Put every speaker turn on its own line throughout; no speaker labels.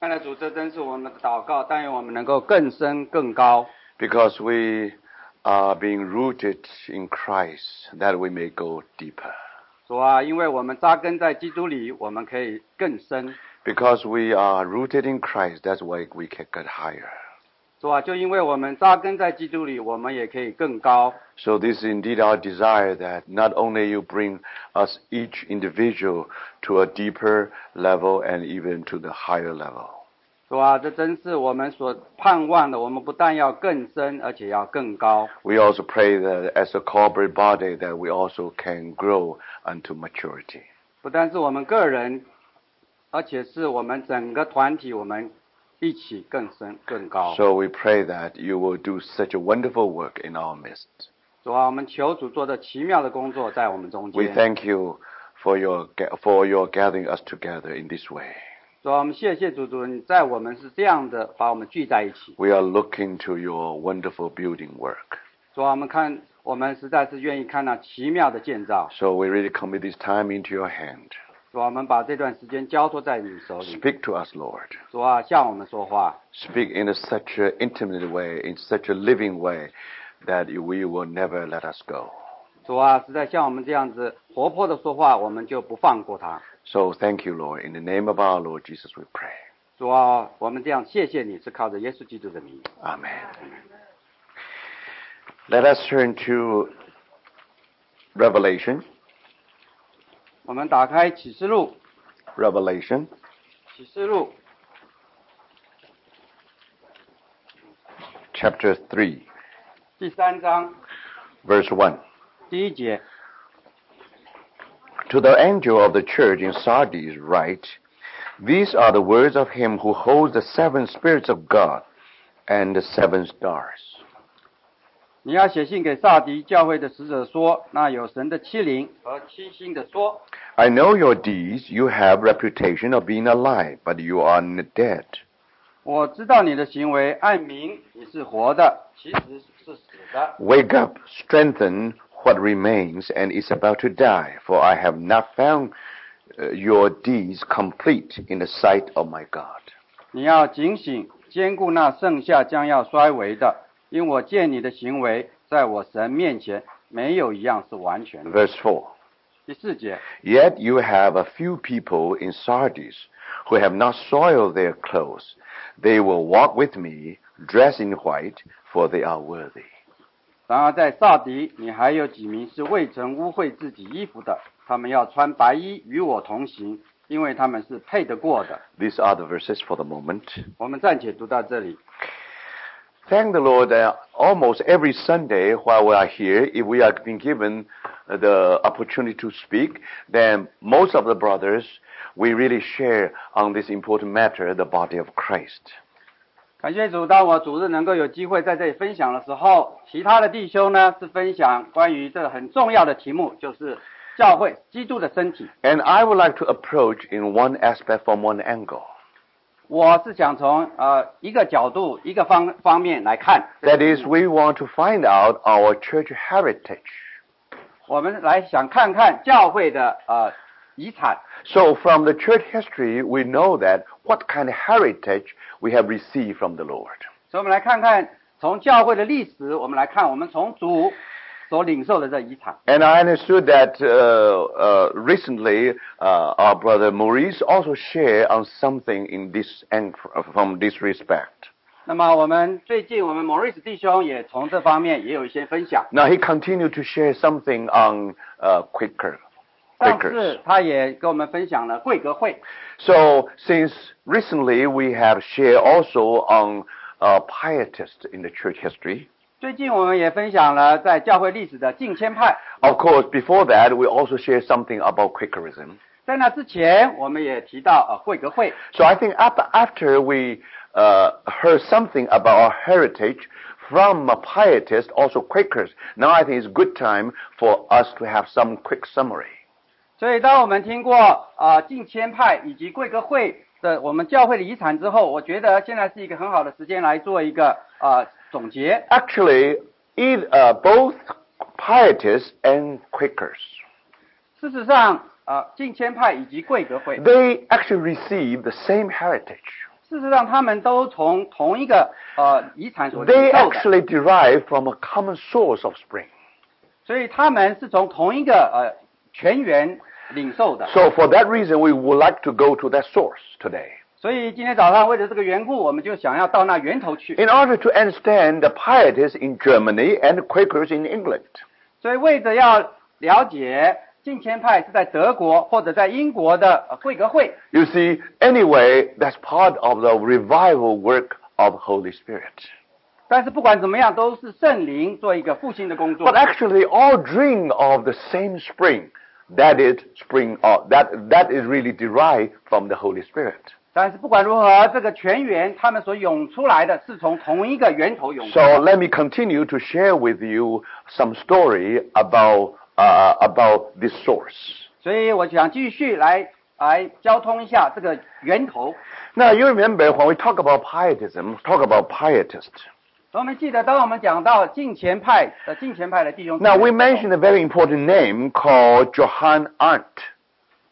看来主，这真是我们的祷告，但愿我们能够更深更高，
because we are being rooted in Christ, that we may go deeper.
主啊，因为我们扎根在基督里，我们可以更深。
Because we are rooted in Christ, that's why we can get higher.
主啊，就因为我们扎根在基督里，我们也可以更高。
So this is indeed our desire that not only you bring us each individual to a deeper level and even to the higher level.
主啊，这真是我们所盼望的。我们不但要更深，而且要更高。
We also pray that as a corporate body that we also can grow unto maturity.
不但是我们个人，而且是我们整个团体，我们一起更深更高。
So we pray that you will do such a wonderful work in our midst.
主啊，我们求主做的奇妙的工作在我们中
We
间。
thank you for your ga- for your gathering us together in this way.
主啊，我们谢谢主主，你在我们是这样的把我们聚在一起。
We are looking to your wonderful building work.
主啊，我们看，我们实在是愿意看到奇妙的建造。
So we really commit this time into your hand.
主啊，我们把这段时间交托在你手里。
Speak to us, Lord.
主啊，向我们说话。
Speak in a, such an intimate way, in such a living way, that we will never let us go.
主啊，实在像我们这样子活泼的说话，我们就不放过他。
So thank you, Lord. In the name of our Lord Jesus, we pray.
主啊，我们这样谢谢你，是靠着耶稣基督的名。
Amen. Let us turn to Revelation.
我们打开启示录，
Revelation.
启示录
chapter 3,
第三章
verse 1.
第一节，
To the angel of the church in Sardis write, These are the words of him who holds the seven spirits of God and the seven stars.
你要写信给萨迪教会的使者说，那有神的欺凌和七星的说，
I know your deeds. You have reputation of being alive, but you are n- dead.
我知道你的行为，按名你是活的，其实是死的。
Wake up, strengthen what remains and is about to die, for I have not found uh, your deeds complete in the sight of my God.
你要警醒，兼顾那剩下将要衰微的，因我见你的行为，在我神面前没有一样是完全的。
Verse 4.
第四节，
Yet you have a few people in Sardis who have not soiled their clothes. They will walk with me, dressed in white, for they are worthy.
然而在萨迪，你还有几名是未曾污秽自己衣服的，他们要穿白衣与我同行，因为他们是配得过的。
These are the verses for the moment.
我们暂且读到这里。
Thank the Lord that almost every Sunday while we are here, if we are being given uh, the opportunity to speak, then most of the brothers, we really share on this important matter, the body of Christ.
感谢主，当我主日能够有机会在这里分享的时候，其他的弟兄呢是分享关于这个很重要的题目，就是教会基督的身体。
And I would like to approach in one aspect from one angle.
我是想从呃一个角度、一个方方面来看。
That is, we want to find out our church heritage.
我们来想看看教会的呃遗产。
So, from the church history, we know that what kind of heritage we have received from the Lord.
所以，我们来看看从教会的历史，我们来看我们从主所领受的这遗产。
And I understood that uh, uh, recently uh, our brother Maurice also shared on something in this and from this respect.
那么，我们最近我们 Morris 弟兄也从这方面也有一些分享。
Now he continued to share something on uh, Quaker.
上
Quakers.
次他也跟我们分享了贵格会，
So since recently we have shared also on uh, pietists in the church history.
最近我们也分享了在教会历史的近迁派。
Of course, before that, we also share something about Quakerism.
在那之前，我们也提到呃贵格会。
So I think up after we uh, heard something about our heritage from a pietist, also Quakers, now I think it's good time for us to have some quick summary.
所以，当我们听过啊、呃、近千派以及贵格会的我们教会的遗产之后，我觉得现在是一个很好的时间来做一个呃总结。
Actually, it, uh, both pietists and Quakers,
事实上，呃，近千派以及贵格会，
they actually receive the same heritage.
事事实上，他们都从同一个呃遗产所领
They
受的，
actually derive from a common source of spring.
所以他们是从同一个呃全员领受的。
So for that reason, we would like to go to that source today.
所以今天早上为了这个缘故，我们就想要到那源头去。
In order to understand the pietists in Germany and Quakers in England,
所以为着要了解近前派是在德国或者在英国的呃贵格会，
you see, anyway, that's part of the revival work of Holy Spirit.
但是不管怎么样，都是圣灵做一个复兴的工作
But。actually, they all drink of the same spring. That is spring of that that is really derived from the Holy Spirit.
但是不管如何，这个全员他们所涌出来的是从同一个源头涌出
So
来的。
let me continue to share with you some story about uh, about this source.
所以我想继续来来交通一下这个源头。
Now you remember when we talk about pietism, talk about pietists.
所以我们记得，当我们讲到近前派的近前派的弟兄姊妹
Now
的时候，
we mentioned a very important name called Johann Arndt.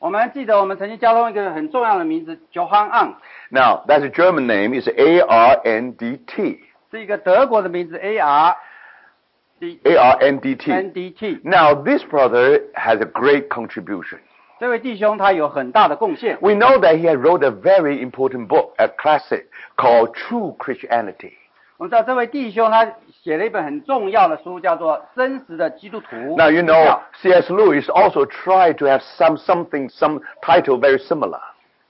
我们记得我们曾经交通一个很重要的名字 Johann Arndt，
Now that's a German name, it's A R N D T.
是一个德国的名字 A R D
A R N D T.
N D T。
Now this brother has a great contribution.
这位弟兄他有很大的贡献。
We know that he had wrote a very important book, a classic called True Christianity.
我们知道这位弟兄他写了一本很重要的书，叫做《真实的基督徒》。
Now you know C.S. Lewis also tried to have some something some title very similar.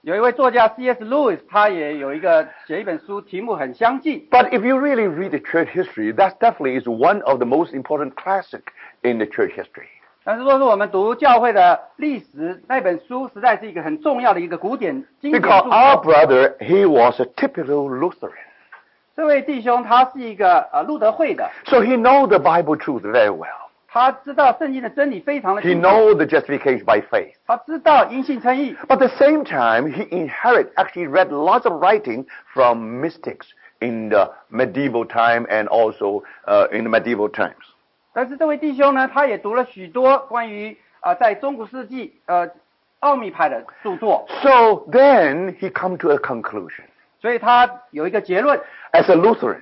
有一位作家 C.S. Lewis，他也有一个写一本书，题目很相近。
But if you really read the church history, that definitely is one of the most important classic in the church history.
但是若是我们读教会的历史，那本书实在是一个很重要的一个古典经典
Because
著
our
作。
brother, he was a typical Lutheran.
这位弟兄他是一个呃路德会的，
So he know the Bible truth very well.
他知道圣经的真理非常的
He
清楚，
know the justification by faith.
他知道因信称义，
But at the same time, he inherit actually read lots of writing from mystics in the medieval time and also uh, in the medieval times.
但是这位弟兄呢，他也读了许多关于啊、呃在中古世纪呃奥秘派的著作，
So then he come to a conclusion.
所以他有一个结论。
As a Lutheran,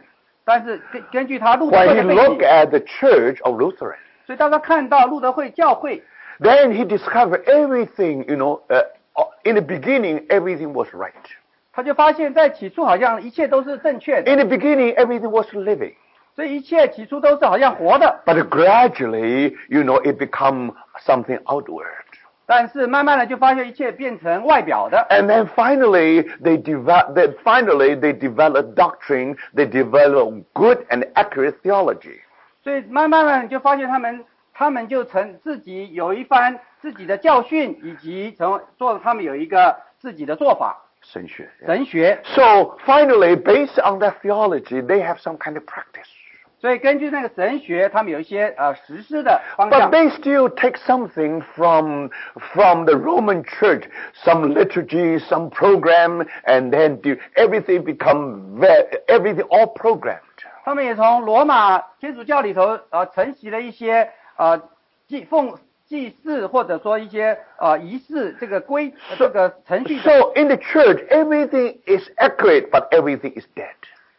但是根根据他路德
when
会
he
的背景
look，at the church of Lutheran,
所以当他看到路德会教会
then he discovered everything, you know, uh, in the beginning, everything was right.
他就发现，在起初好像一切都是正确的，
In the beginning, everything was living.
所以一切起初都是好像活的。
But gradually, you know, it become something outward.
但是慢慢的就发现一切变成外表的，
And then finally, they develop, they, finally, they develop doctrine, they develop good and accurate theology.
所以慢慢的你就发现他们，他们就成自己有一番自己的教训，以及成做他们有一个自己的做法
Sensual, yeah.
神学。
So finally, based on that theology, they have some kind of practice.
所以根据那个神学，他们有一些呃实施的方
But
向，
they still take something from from the Roman Church, some liturgy, some program, and then do, everything become ve- everything all programmed.
他们也从罗马天主教里头呃承袭了一些呃祭奉祭祀或者说一些呃仪式这个规呃这个程序的
So in the church, everything is accurate, but everything is dead.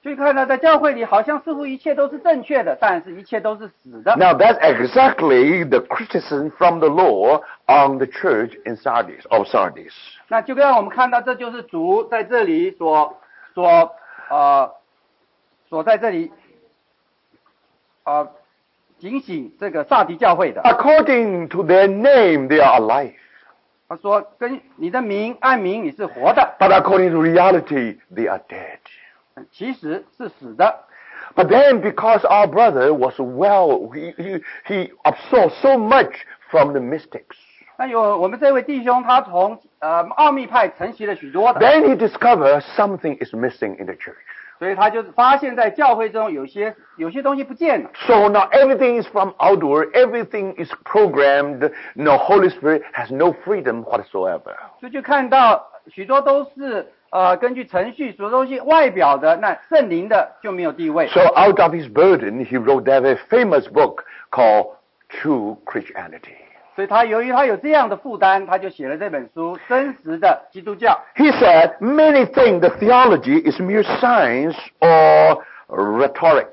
就看到在教会里，好像似乎一切都是正确的，但是一切都是死的。
Now that's exactly the criticism from the law on the church in Sardis of Sardis.
那就让我们看到，这就是主在这里所所呃所在这里呃警醒这个萨迪教会的。
According to their name, they are alive,
他说：“跟你的名按名你是活的，
but according to reality, they are dead.
其实是死的。
But then, because our brother was well, he, he, he absorbed so much from the mystics.
那有我们这位弟兄，他从呃奥秘派承袭了许多的，
Then he discovered something is missing in the church.
所以他就发现，在教会中有些有些东西不见了。
So now everything is from outward, everything is programmed. No, Holy Spirit has no freedom whatsoever.
所以就看到许多都是呃根据程序，许多东西外表的，那圣灵的就没有地位。
So out of his burden, he wrote that very famous book called True Christianity.
所以他由于他有这样的负担，他就写了这本书《真实的基督教》。
He said many things, the theology is mere science or rhetoric.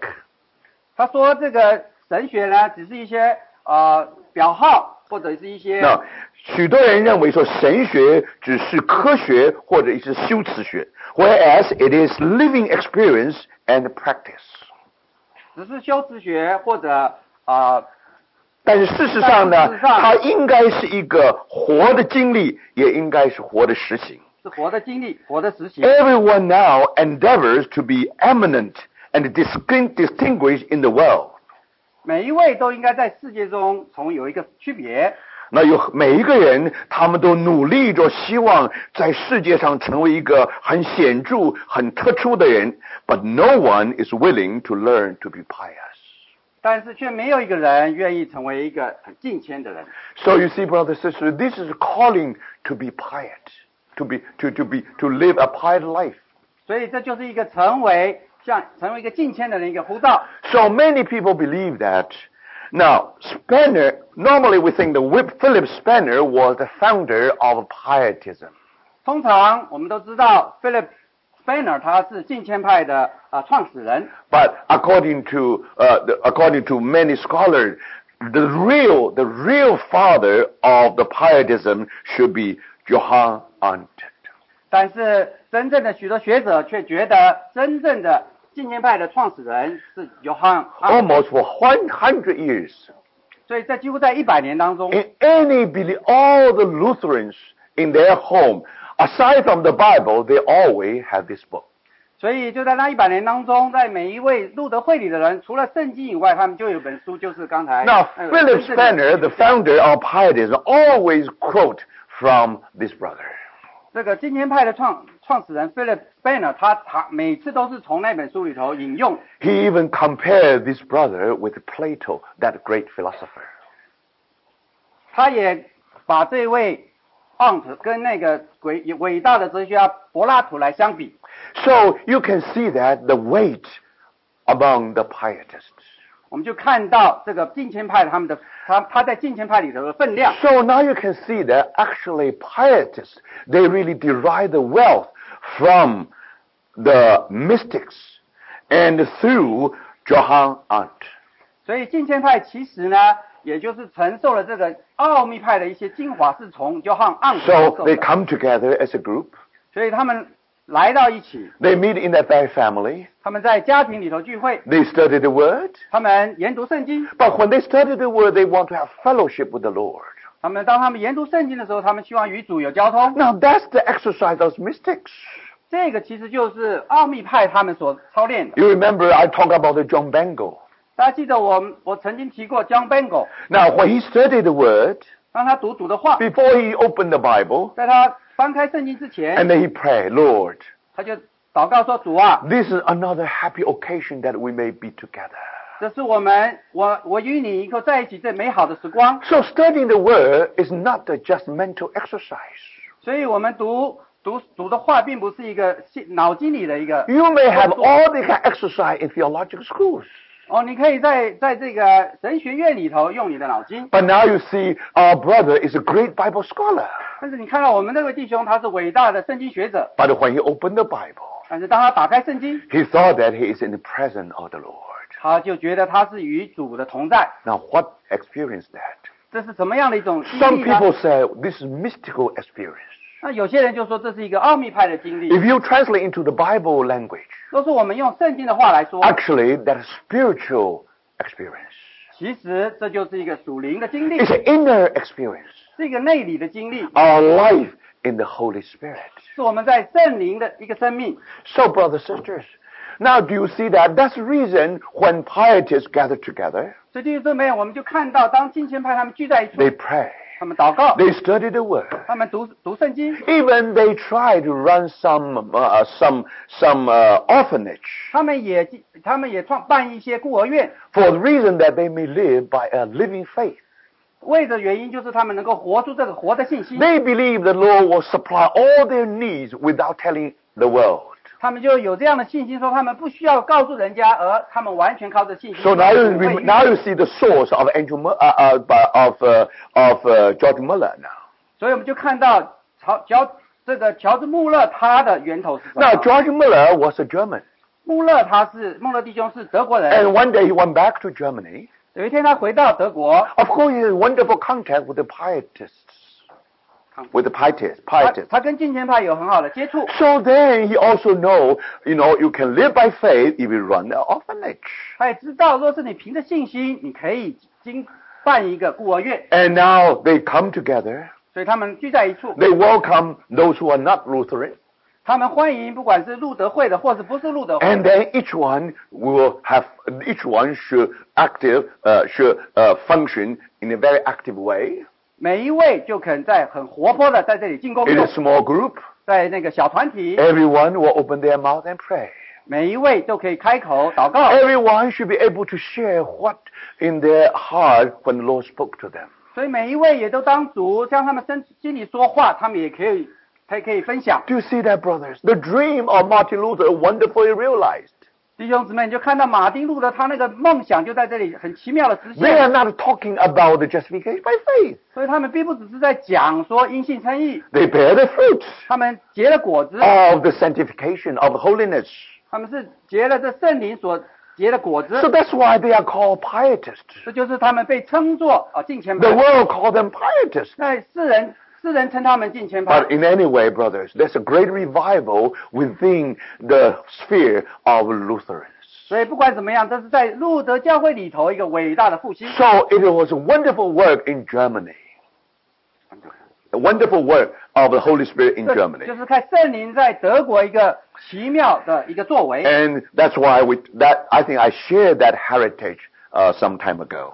他说这个神学呢，只是一些呃表号或者是一些
那许多人认为说神学只是科学或者是修辞学，whereas it is living experience and practice。
只是修辞学或者呃
但是事实上呢
但是事，实上
它应该是一个活的经历，也应该是活的实行。
是活的经历、活的实行。
Everyone now endeavors to be eminent and distinct, distinguished in the world。
每一位都应该在世界中从有一个区别。
那有每一个人，他们都努力着，希望在世界上成为一个很显著、很突出的人。But no one is willing to learn to be pious.
但是却没有一个人愿意成为一个很敬谦的人，
So you see, brother, sister, this is calling to be pious, to be to to be to live a pious life.
所以这就是一个成为像成为一个敬谦的人一个呼召。
So many people believe that. Now, Spanner, normally we think the Whip Philip Spanner was the founder of pietism.
通常我们都知道 Philip Spener 他是敬谦派的啊、呃创始人，
But according to uh, the, according to many scholars, the real the real father of the pietism should be Johann Arndt.
但是真正的许多学者却觉得真正的敬谦派的创始人是 Johann Arndt。
Almost for 100 years,
所以这几乎在一百年当中，
in any belief, all the Lutherans in their home, aside from the Bible, they always have this book.
所以就在那一百年当中，在每一位路德会里的人，除了圣经以外，他们就有本书，就是刚才
Now,
呃
Philip
真正的
Spanner, the founder of Pietism, always quote from this brother.
这个今天派的创创始人 Philip Spanner，他他每次都是从那本书里头引用，
He even compared this brother with Plato, that great philosopher.
他也把这位 Aunt 跟那个伟伟大的哲学家柏拉图来相比，
So you can see that the weight among the pietists.
我们就看到这个近前派他们的他他在近前派里头的分量，
So now you can see that actually pietists, they really derive the wealth from the mystics and through Johann Arndt.
所以近前派其实呢，也就是承受了这个奥秘派的一些精华，是从 Johann Aunt 承
So
受
they
的，
come together as a group.
所以他们来到一起，
They meet in their very family.
他们在家庭里头聚会，
They study the word.
他们研读圣经。
But when they study the word, they want to have fellowship with the Lord.
他们当他们研读圣经的时候，他们希望与主有交通。
Now that's the exercise of mystics.
这个其实就是奥秘派他们所操练的。
You remember I talked about the John Bangle.
大家记得我们我曾经提过 John Bengal，
Now when he studied the word,
让他读主的话，
before he opened the Bible,
在他翻开圣经之前
and，then he prayed, Lord,
他就祷告说：“主啊，
this is another happy occasion that we may be together.
这是我们我我与你能够在一起这美好的时光。
So studying the word is not a just mental exercise. ”
所以，我们读读主的话，并不是一个心脑筋里的一个
You may have all the kind of exercise in theological schools.
哦，你可以在在这个神学院里头用你的脑筋。
But now you see our brother is a great Bible scholar.
但是你看到我们这位弟兄，他是伟大的圣经学者，
But when he opened the Bible,
但是当他打开圣经，
he thought that he is in the presence of the Lord.
他就觉得他是与主的同在，
Now, what experience that?
这是什么样的一种经
Some
历呢？
people say this is mystical experience.
那有些人就说这是一个奥秘派的经历。
If you translate into the Bible language,
若是我们用圣经的话来说，
actually that is spiritual experience.
其实这就是一个属灵的经历，
It's an inner experience.
是一个内里的经历，
Our life in the Holy Spirit.
是我们在圣灵的一个生命。
So, brothers sisters, now do you see that? That's the reason when pietists gather together,
所以弟兄姊妹，我们就看到，当金钱派他们聚在一处，
they pray,
他们祷告，
they study the Word.
他们读读圣经，
Even they try to run some uh, some some uh, orphanage
他们也他们也创办一些孤儿院，
for the reason that they may live by a living faith.
为的原因就是他们能够活出这个活的信息。
They believe the Lord will supply all their needs without telling the world.
他们就有这样的信心，说他们不需要告诉人家，而他们完全靠着信心。
So now
他
you
们会
rem- now you see the source of Andrew Mu- uh, uh, by- of uh, of uh, George Muller now.
所以我们就看到乔乔这个乔治穆勒他的源头是什么？
Now George Muller was a German,
穆勒他是穆勒弟兄是德国人，
and one day he went back to Germany.
有一天他回到德国，
Of course, he had wonderful contact with the pietists,
Contact.
with the pietists,
他
pietists.
他跟敬虔派有很好的接触，
So then he also know, you know, you can live by faith if you run an orphanage.
他也知道，若是你凭着信心，你可以经办一个孤儿院，
And now they come together.
所以他们聚在一处，
They welcome those who are not Lutheran,
他们欢迎不管是路德会的或是不是路德会的
and then each one will have each one should active uh, should uh, function in a very active way
每一位就肯在很活泼的在这里进攻
in
动
a，small group.
在那个小团体，
Everyone will open their mouth and pray.
每一位都可以开口祷告，
哎 Everyone should be able to share what in their heart when the Lord spoke to them.
所以每一位也都当主向他们身心里说话，他们也可以才可以分享。
Do you see that, brothers? The dream of Martin Luther wonderfully realized.
弟兄姊妹，你就看到马丁路德他那个梦想就在这里很奇妙的实
They are
现，
not talking about the justification by faith.
所以他们并不只是在讲说因信称义，
They bear the fruit
他们结了果子，
of the sanctification of holiness.
他们是结了这圣灵所结的果子，
So that's why they are called pietists.
这就是他们被称作啊进前派
The。world called them pietists.
那世人世人称他们进前派
But，in any way, brothers, there's a great revival within the sphere of Lutherans.
所以不管怎么样，这是在路德教会里头一个伟大的复兴。
So it was a wonderful work in Germany. A wonderful work of the Holy Spirit in
这
Germany.
就是看圣灵在德国一个奇妙的一个作为。
And that's why we, that, I think I shared that heritage uh, some time ago.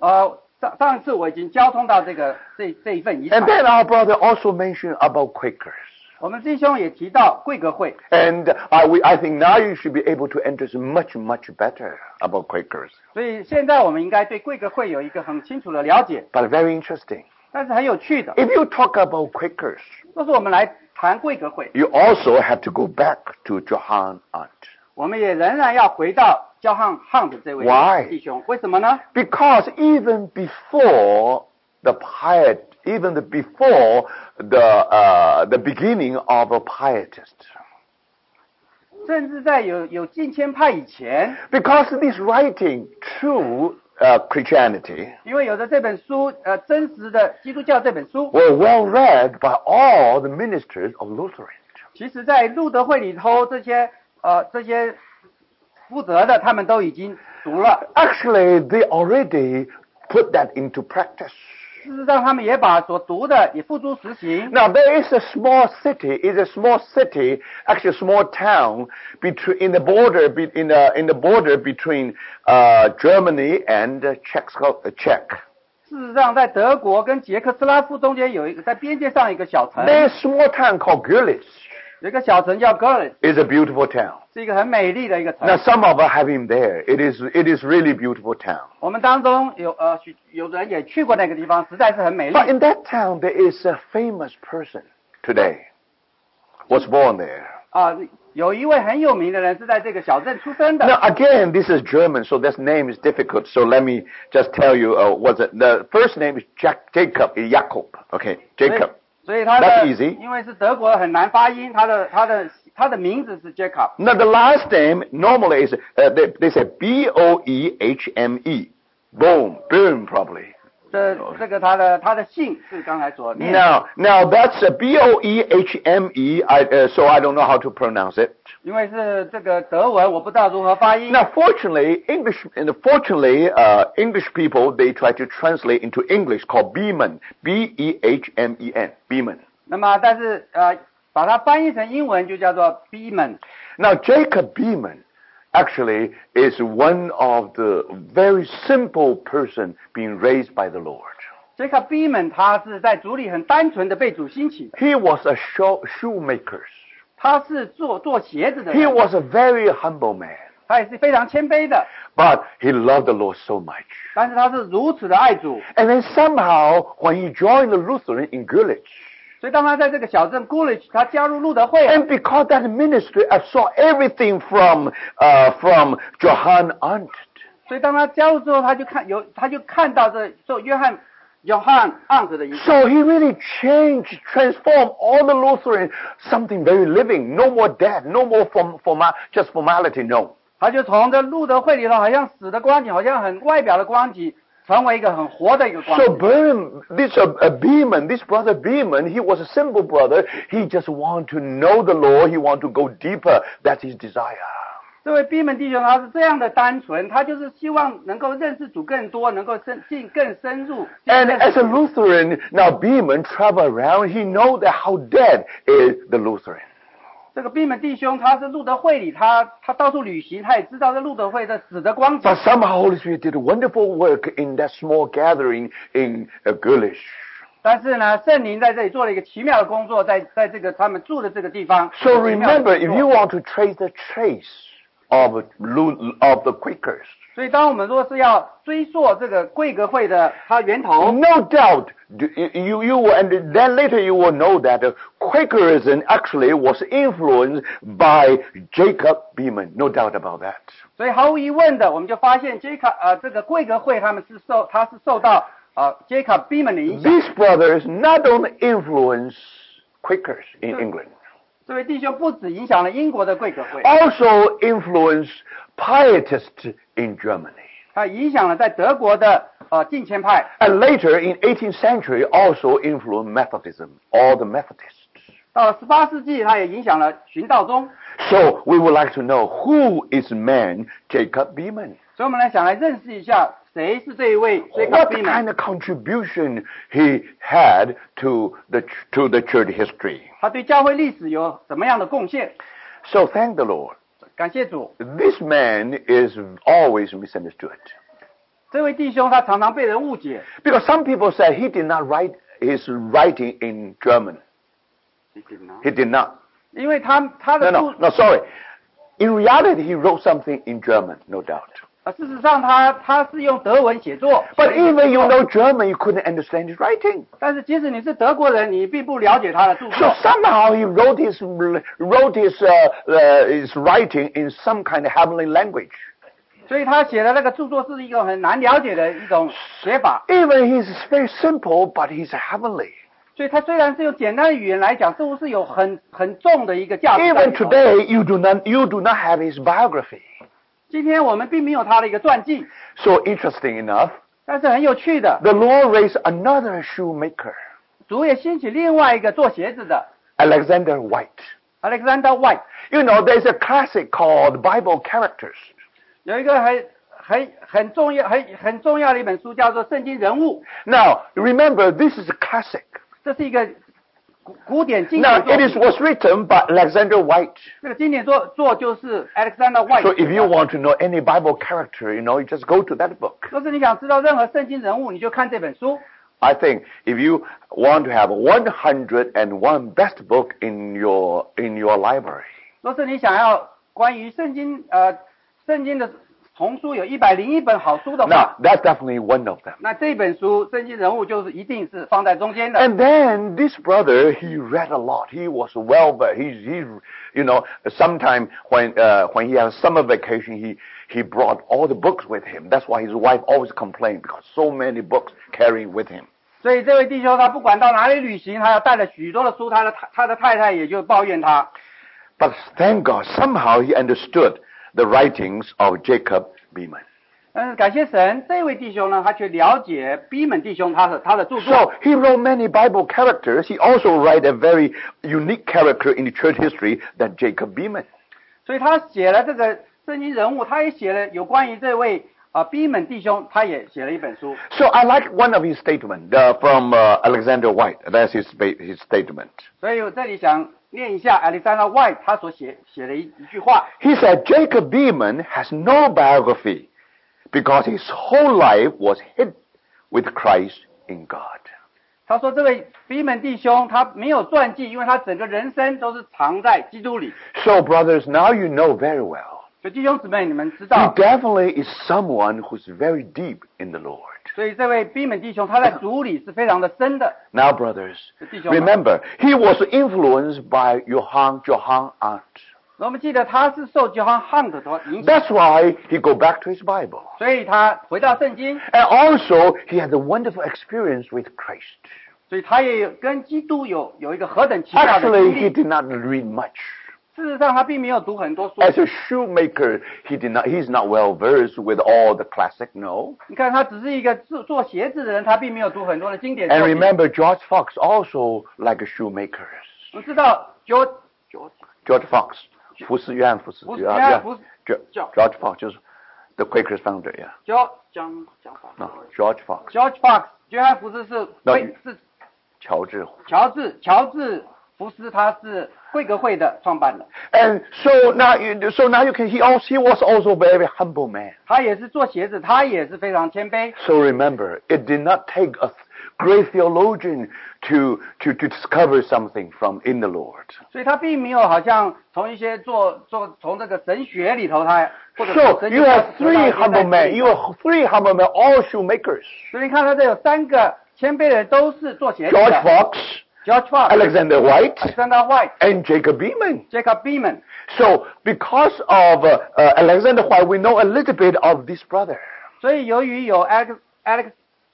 呃，上上次我已经交通到这个这这一份遗产
And。then our brother also mentioned about Quakers.
我们弟兄也提到贵格会，
And I, we, I think now you should be able to understand much, much better about Quakers.
所以现在我们应该对贵格会有一个很清楚的了解。
But very interesting.
但是很有趣的，
If you talk about Quakers,
若是我们来谈贵格会，
you also have to go back to Johann Arndt.
我们也仍然要回到焦汉汉的这位
Why？
弟兄，为什么呢？
Because even before the piet, even the, before the, uh, the beginning of a pietist,
甚至在有有近千派以前，
Because this writing, true uh, Christianity,
因为有的这本书，呃，真实的基督教这本书，
were well read by all the ministers of Lutheran.
其实在路德会里头，这些呃这些负责的他们都已经读了，
Actually, they already put that into practice.
事实上他们也把所读的也付诸实行。
Now there is a small city, is a small city, actually a small town between in the border be, in the in the border between uh, Germany and uh, Czechoslo- uh, Czech.
事实上，在德国跟捷克斯拉夫中间有一个在边界上一个小城，
There's a small town called Görlitz.
有一个小城叫 g e r l i t
It's a beautiful town.
是一个很美丽的一个城
Now。some of us have been there. It is it is really beautiful town.
我们当中有呃许有人也去过那个地方，实在是很美丽。
But in that town, there is a famous person today. Was born there.
啊、有一位很有名的人是在这个小镇出生的。
Now again, this is German, so this name is difficult. So let me just tell you, uh, what's it? The first name is Jack Jacob Jacob. Okay,
所以
Jacob.
所以他的
That's easy.
因为是德国很难发音，他的他的他的名字是 Jacob，
Now the last name normally is uh, they, they say B O E H M E. Boom, boom, probably.
这
哦
这个他的他的姓是刚才所念的。
Now, now that's a B O E H M E. I, uh, so I don't know how to pronounce it.
因为是这个德文，我不知道如何发音。
Now, fortunately, English, and fortunately, uh, English people they try to translate into English called Beeman, B E H M E N, Beeman.
那么但是呃，把它翻译成英文就叫做 Beeman。
Now, Jacob Beeman actually is one of the very simple person being raised by the Lord.
Jacob Beeman 他是在组里很单纯的被主兴起的，
He was a shoe, shoemaker.
他是做做鞋子的
He
人，
was a very humble man,
他也是非常谦卑的，
but he loved the Lord so much.
但是他是如此的爱主，
And then somehow, when he joined the Lutheran in Gulich,
所以当他在这个小镇 Coolidge，他加入路德会，
And because that ministry, I saw everything from uh, from Johann Arndt.
所以当他加入之后，他就看有他就看到这受约翰约翰案子的影响，
So he really changed, transformed all the Lutherans, something very living. No more dead, no more form, forma, just formality, no.
他就从这路德会里头好像死的光景，好像很外表的光景，成为一个很活的一个光
So
景。
Burnham, this uh, uh, Beeman, this brother Beeman, he was a simple brother. He just want to know the Lord. He want to go deeper. That's his desire.
这位闭门弟兄他是这样的单纯，他就是希望能够认识主更多，能够深进更深入。
And
进更
as a Lutheran, now Beeman travel around. He know that how dead is the Lutheran.
这个闭门弟兄他是路德会里，他他到处旅行，他也知道这路德会的死的光景
But。somehow Holy Spirit did a wonderful work in that small gathering in uh, Gulish.
但是呢，圣灵在这里做了一个奇妙的工作，在在这个他们住的这个地方。
So
奇妙的
remember, if
工作
you want to trace the trace of Lu- of the Quakers,
所以，当我们若是要追溯这个贵格会的它源头，
no doubt d- you you will, and then later you will know that uh, Quakerism actually was influenced by Jacob Beeman. No doubt about that.
所以毫无疑问的，我们就发现 Jacob 呃这个贵格会他们是受他是受到呃 Jacob Beeman 的影响。
These brothers not only influence Quakers in England,
这位弟兄不止影响了英国的贵格会，
also influence Pietists in Germany.
他影响了在德国的呃近前派，
And later in 18th century also influenced Methodism, all the Methodists.
到了十八世纪，他也影响了寻道宗。
So we would like to know who is man Jacob Beeman?
所以，我们来想来认识一下谁是这一位 Jacob
What
Beeman，
kind of contribution he had to the ch- to the church history?
他对教会历史有什么样的贡献？
So thank the Lord.
感谢主，
This man is always misunderstood
这位弟兄他常常被人误解。
because some people say he did not write his writing in German. He did not.
因为他他
No,
的故
no, no. Sorry. In reality, he wrote something in German, no doubt.
啊，事实上他他是用德文写作，
But even you know German, you couldn't understand his writing.
但是即使你是德国人，你并不了解他的著
So
作，
somehow he wrote his wrote his uh, uh, his writing in some kind of heavenly language.
所以他写的那个著作是一种很难了解的一种写法。
Even he's very simple, but he's heavenly.
所以他虽然是用简单的语言来讲，似乎是有很很重的一个价值在
Even
里头。
today, you do not you do not have his biography.
今天我们并没有他的一个传记，
So interesting enough,
但是很有趣的，
the Lord raised another shoemaker,
主也兴起另外一个做鞋子的
Alexander White.
Alexander White，
You know, there's a classic called Bible Characters.
有一个很很很重要很很重要的一本书叫做《圣经人物》，
Now, remember, this is a classic.
这是一个古古典经
Now,
典作
it is
品。
was written by Alexander White.
这个经典作作就是 Alexander White。
So if you want to know any Bible character, you know, you just go to that book.
若是你想知道任何圣经人物，你就看这本书。
I think if you want to have 101 best book in your in your library,
若是你想要关于圣经呃圣经的丛书有一百零一本好书的
now
话，
that's definitely one of them.
那这本书圣经人物就是一定是放在中间的。
And then this brother, he read a lot. He was well, but he, he you know, sometime when uh, when he has summer vacation, he he brought all the books with him. That's why his wife always complained because so many books carrying with him.
所以这位弟兄他不管到哪里旅行，他要带了许多的书，他的太他的太太也就抱怨他。
But thank God, somehow he understood the writings of Jacob Beeman.
但嗯是感谢神，这位弟兄呢，他却了解逼门弟兄他的他的著
So
作，
he wrote many Bible characters. He also wrote a very unique character in the church history that Jacob Beeman.
所以他写了这个圣经人物，他也写了有关于这位啊逼门弟兄，他也写了一本书。
So I like one of his statements uh, from uh, Alexander White. That's his, ba- his statement.
所以我这里想念一下 Alexander White 他所写写的一一句话，
He said Jacob Beeman has no biography because his whole life was hid with Christ in God.
他说这位 b 门弟兄他没有传记，因为他整个人生都是藏在基督里。
So brothers, now you know very well
所以弟兄姊妹，你们知
He
道，
definitely is someone who's very deep in the Lord.
所以这位逼门弟兄他在主里是非常的深的。
Now, brothers,
弟兄们，
remember, he was influenced by Johann Johann Arndt.
那我们记得他是受 John Hunt 的影响，
That's why he go back to his Bible.
所以他回到圣经，
And also, he had a wonderful experience with Christ.
所以他也有跟基督有有一个何等奇妙的
Actually,
经
he
历。
did not read much.
事实上，他并没有读很多书。
As a shoemaker, he did not, he's not well versed with all the classic, no.
你看，他只是一个做做鞋子的人，他并没有读很多的经典作
And
品。
remember, George Fox also like a shoemaker.
我们知道 George
George Fox, 福斯约翰,
福斯约翰,
福斯约翰,
福斯-
Ge-
叫-
George Fox, 就是 the Quaker founder, yeah.
George 讲讲法
No, George Fox,
George Fox 约翰福斯是
啊那
贵是
乔治。
乔治乔治福斯，他是贵格会的创办人，
And so now, you, so now you can. He also he was also a very humble man.
他也是做鞋子，他也是非常谦卑。
So remember, it did not take a great theologian to to, to discover something from in the Lord.
所以他并没有好像从一些做做从这个神学里头他，或者
So
神学
you
家得
have
到一
three
些
humble
带
men.
领
You have three humble men, all shoemakers.
所以你看他这有三个谦卑的人都是做鞋子
George
的
Fox,
George Fox、
Alexander White,
Alexander White、
and Jacob Beeman.
Jacob Beeman。
So because of uh, uh, Alexander White, we know a little bit of this brother.
所以由于有 Alex Alex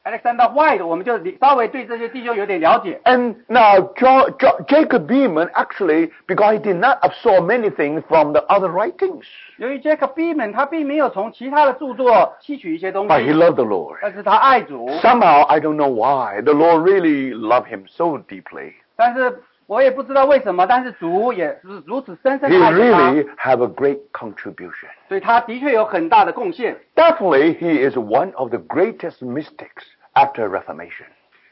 Alexander White，我们就理稍微对这些弟兄有点了解。
And now jo- jo- Jacob Beeman actually, because he did not absorb many things from the other writings,
由于 Jacob Beeman 他并没有从其他的著作吸取一些东
but he
西，
loved the Lord.
但是他爱主。
Somehow I don't know why the Lord really loved him so deeply.
但是我也不知道为什么，但是主也是如此深
He
深的爱着他，
really have a great contribution.
所以他的确有很大的贡献。
Definitely, he is one of the greatest mystics after Reformation.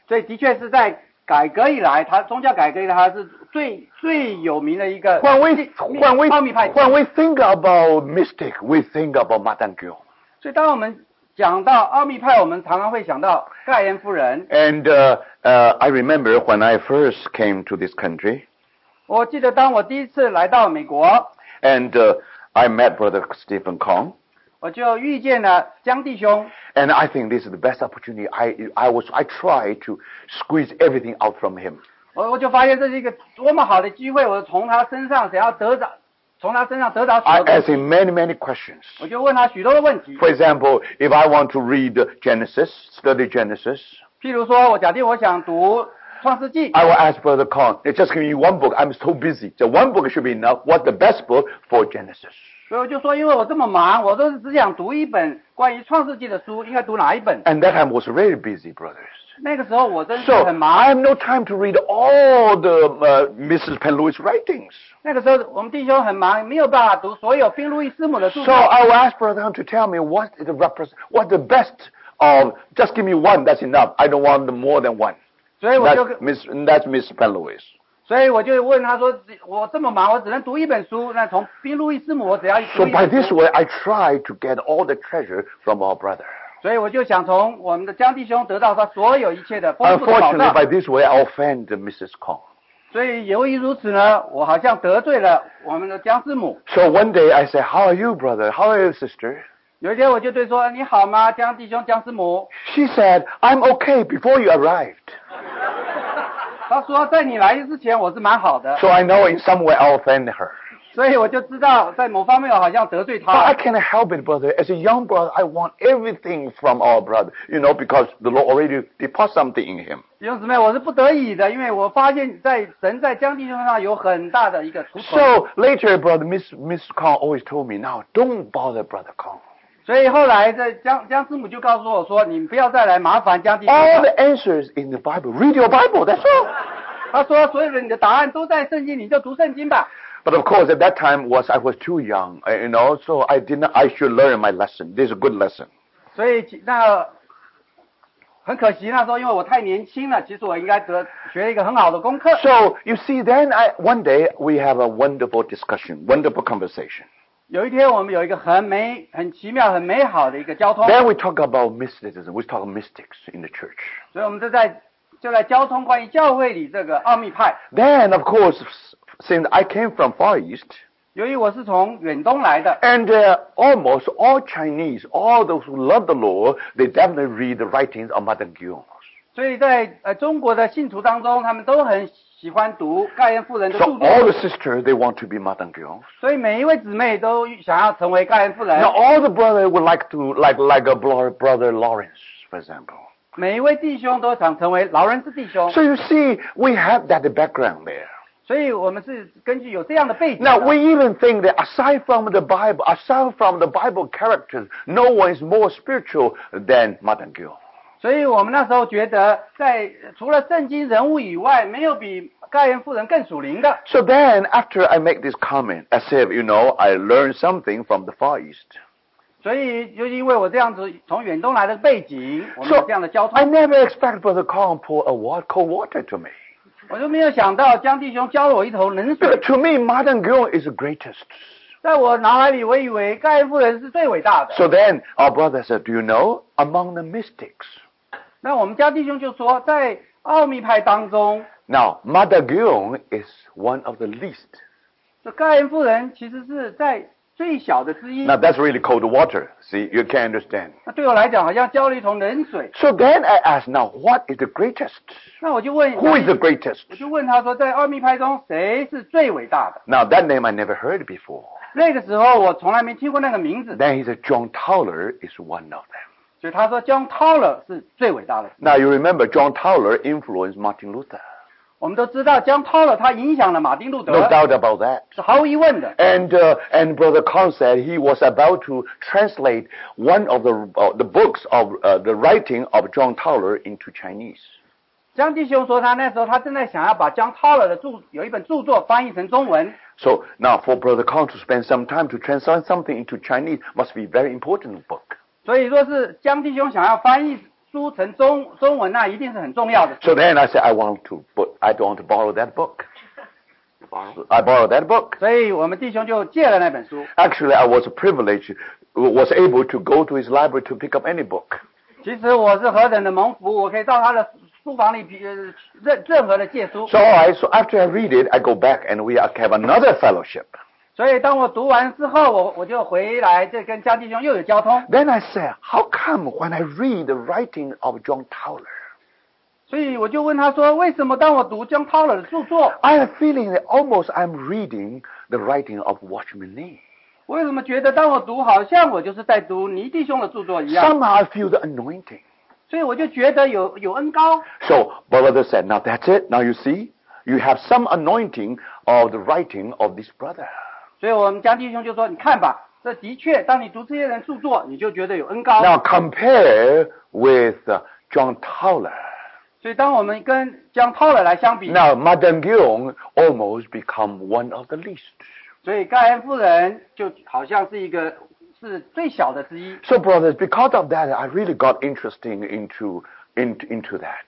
所以的确是在改革以来，他宗教改革以来，他是最最有名的一个
When we when we
奥秘派。
when we think about mystic, we think about Madame Guillaume.
所以当我们讲到奥秘派，我们常常会想到盖恩夫人。
And uh, uh, I remember when I first came to this country,
我记得当我第一次来到美国，
and uh, I met Brother Stephen Kong.
我就遇见了江弟兄，
And I think this is the best opportunity. I, I was I tried to squeeze everything out from him.
我我就发现这是一个多么好的机会，我从他身上想要得着，从他身上得着
I E
许多东
asked
西，
him many, many questions.
我就问他许多的问题。
For example, if I want to read Genesis, study Genesis,
譬如说，我假定我想读《创世纪》，
I will ask Brother Kong, "Hey, just give me one book. I'm so busy. So one book should be enough. What's the best book for Genesis?
所以我就说，因为我这么忙，我都是只想读一本关于《创世纪》的书，应该读哪一本？
And that time was very busy, brothers.
那个时候我真是
So
很忙
I，have no time to read all the uh, Mrs. Penlewis writings.
那个时候我们弟兄很忙，没有办法读所有宾路易斯姆的
So
著作，
I will ask Brother Hunt to tell me what is the repres what the best of. Just give me one. That's enough. I don't want more than one.
所以我就
That's Miss. That's Miss Penlewis.
所以我就问他说：“我这么忙，我只能读一本书。那从宾路易斯姆，我只要读
So
一
by
本
this
书
way, I try to get all the treasure from our brother.
所以我就想从我们的江弟兄得到他所有一切的丰富的保
Unfortunately,
障。
by this way, I offend Mrs. Kong.
所以由于如此呢，我好像得罪了我们的江师母。
So one day I say, "How are you, brother? How are you, sister?"
有一天我就对说：“你好吗，江弟兄、江师母
She said, "I'm okay." Before you arrived,？”
他说：“在你来之前，我是蛮好的。
so I know in some way I offend her. ”
所以我就知道在某方面我好像得罪
But I
他。
cannot help it, brother. As a young brother, I want everything from our brother, you know, because the Lord already deposited something in him.
弟兄姊妹，我是不得已的，因为我发现在神在江弟兄上有很大的一个突破。
So later, brother, Miss Miss Kong always told me, "Now don't bother, brother Kong."
所以后来这江江师母就告诉我说：“你不要再来麻烦江弟兄了。
All the answers in the Bible. Read your Bible. That's all. ”
他说：“所有的你的答案都在圣经，你就读圣经吧。”
But of course, at that time was I was too young, uh, you know. So I did not. I should learn my lesson. This is a good lesson.
所以其那很可惜，那时候因为我太年轻了，其实我应该得学一个很好的功课。
So you see, then I one day we have a wonderful discussion, wonderful conversation.
有一天我们有一个很美、很奇妙、很美好的一个交通，
Then we talk about mysticism. We talk mystics in the church.
所以我们就在就在交通关于教会里这个奥秘派。
Then, of course, s- since I came from Far East,
由于我是从远东来的，
And uh, almost all Chinese, all those who love the Lord, they definitely read the writings of Madan Gyung.
所以在呃中国的信徒当中，他们都很喜欢读盖恩夫人的著
So
作，
all the sisters, they want to be Madan Gyung.
所以每一位姊妹都想要成为盖恩夫人
Now，all the brother would like to, like, like a bro- brother Lawrence, for example.
每一位弟兄都想成为劳伦斯弟兄，
So you see, we have that background there.
所以我们是根据有这样的背景的。
Now we even think that aside from the Bible, aside from the Bible characters, no one is more spiritual than Madan Gyung.
所以我们那时候觉得在，除了圣经人物以外，没有比盖恩夫人更属灵的。
So then, after I make this comment, as if you know, I learned something from the Far East.
所以就因为我这样子从远东来的背景，我们有
So
这样的交
I
通，
never expect Brother Colin pour a wa- cold water to me.
我就没有想到江弟兄浇了我一头冷
Because
水。
to me, Madan Gyung is the greatest.
在我脑海里，我以为盖恩夫人是最伟大的。
So then, our brother said, "Do you know among the mystics?"
那我们江弟兄就说，在奥秘派当中，
Now, Madan Gyung is one of the least.
这盖恩夫人其实是在最小的之一。
Now that's really cold water. See, you can understand.
那对我来讲，好像浇了一桶冷水。
So then I asked, now what is the greatest?
那我就问，
Who is the greatest?
我就问他说，在奥秘派中谁是最伟大的？
Now that name I never heard before.
那个时候我从来没听过那个名字，
Then he said, John Towler is one of them.
所以他说 John Towler 是最伟大的。
Now you remember John Towler influenced Martin Luther.
我们都知道 John Towler 他影响了马丁路
No
德，
doubt about that.
是毫无疑问的。
And uh, and Brother Carl said he was about to translate one of the uh, the books of uh, the writing of John Towler into Chinese.
江弟兄说他那时候他正在想要把 John Towler 的著有一本著作翻译成中文，
So now for Brother Carl to spend some time to translate something into Chinese must be a very important book.
所以说是江弟兄想要翻译书成中中文，那一定是很重要的。
So then I said I want to, but I don't want to borrow that book. I borrowed that book.
所以我们弟兄就借了那本书。
Actually, I was privileged, was able to go to his library to pick up any book.
其实我是何等的蒙福，我可以到他的书房里呃任任何的借书。
So I, so after I read it, I go back and we have another fellowship.
所以当我读完之后，我我就回来，这跟江弟兄又有交通。
Then I said, how come when I read the writing of John Towler,
所以我就问他说，为什么当我读江涛的著作，
I am feeling that almost I'm reading the writing of Watchman Nee.
我为什么觉得当我读，好像我就是在读倪弟兄的著作一样？
Somehow I feel the anointing.
所以我就觉得有有恩高。
So brother said, now that's it. Now you see, you have some anointing of the writing of this brother.
所以我们江弟兄就说，你看吧，这的确，当你读这些人著作，你就觉得有恩高。
Now compare with uh, John Towler.
所以当我们跟江涛的来相比，
Now Madame Guillaume almost become one of the least.
所以盖恩夫人就好像是一个是最小的之一。
So brothers, because of that, I really got interesting into, in, into that.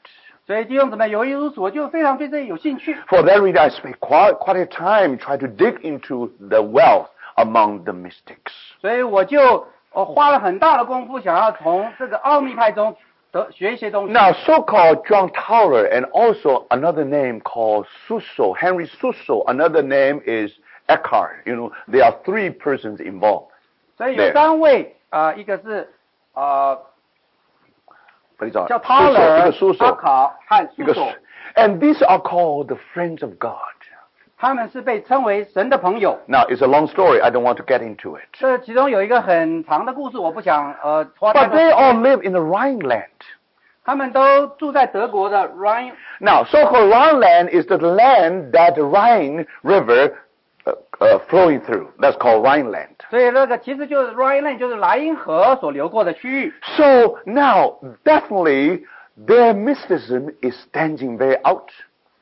所以弟兄姊妹，由于如此，我就非常对这有兴趣。
For that reason, I spent quite, quite a time trying to dig into the wealth among the mystics.
所以我就我花了很大的功夫，想要从这个奥秘派中得学一些东西。
Now, so-called John Towler and also another name called Suso, Henry Suso, another name is Eckhart. You know, there are three persons involved,
所以有
对
三位啊、呃一个是呃
but it's all
叫 Taller、阿
Suso, Suso,
考和苏
because,
手，
and these are called the friends of God.
他们是被称为神的朋友。
Now, it's a long story. I don't want to get into it.
这其中有一个很长的故事，我不想呃花太
But
多
they
时间。
all live in the Rhineland.
他们都住在德国的 Rhine，
Now, so-called Rhineland is the land that the Rhine River uh, uh, flowing through. That's called Rhineland.
所以那个其实就是 Rhine，就是莱茵河所流过的区域。
So now, definitely, their mysticism is standing very out,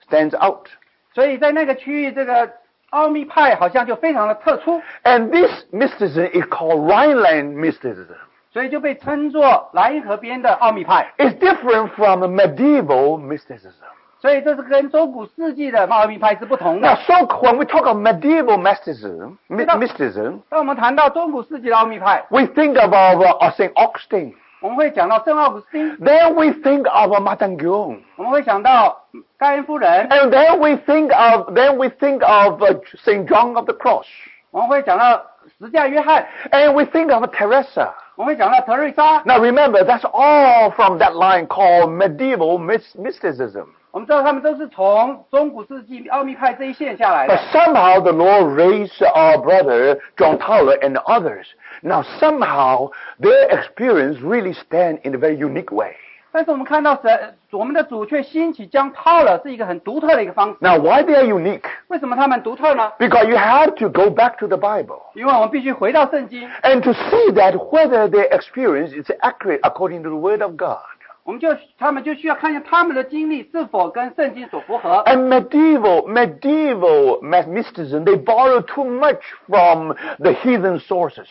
stands out.
所以在那个区域，这个奥秘派好像就非常的特殊，
And this mysticism is called Rhineland mysticism.
所以就被称作莱茵河边的奥秘派。
It's different from the medieval mysticism.
所以这是跟中古世纪的奥秘派是不同的
Now,。so when we talk of medieval mysticism, my-
No.
mysticism,
当我们谈到中古世纪的奥秘派，
we think of uh, uh, Saint Augustine.
我们会讲到圣奥古斯丁，
Then we think of uh, Martin Guillaume.
我们会想到盖恩夫人，
And then we think of then we think of uh, Saint John of the Cross.
我们会讲到十架约翰，
And we think of Teresa.
我们会讲到特瑞莎。
Now remember, that's all from that line called medieval mys- mysticism.
我们知道他们都是从中古世纪奥秘派这一线下来的
But，somehow the Lord raised our brother John Towler and others. Now somehow their experience really stand in a very unique way.
但是我们看到神，我们的主却兴起将套了，是一个很独特的一个方式。
Now why they are unique?
为什么他们独特呢？
Because you have to go back to the Bible
因为我们必须回到圣经，
and to see that whether their experience is accurate according to the Word of God.
我们就他们就需要看见他们的经历是否跟圣经所符合。
And medieval, medieval mysticism, they borrow too much from the heathen sources.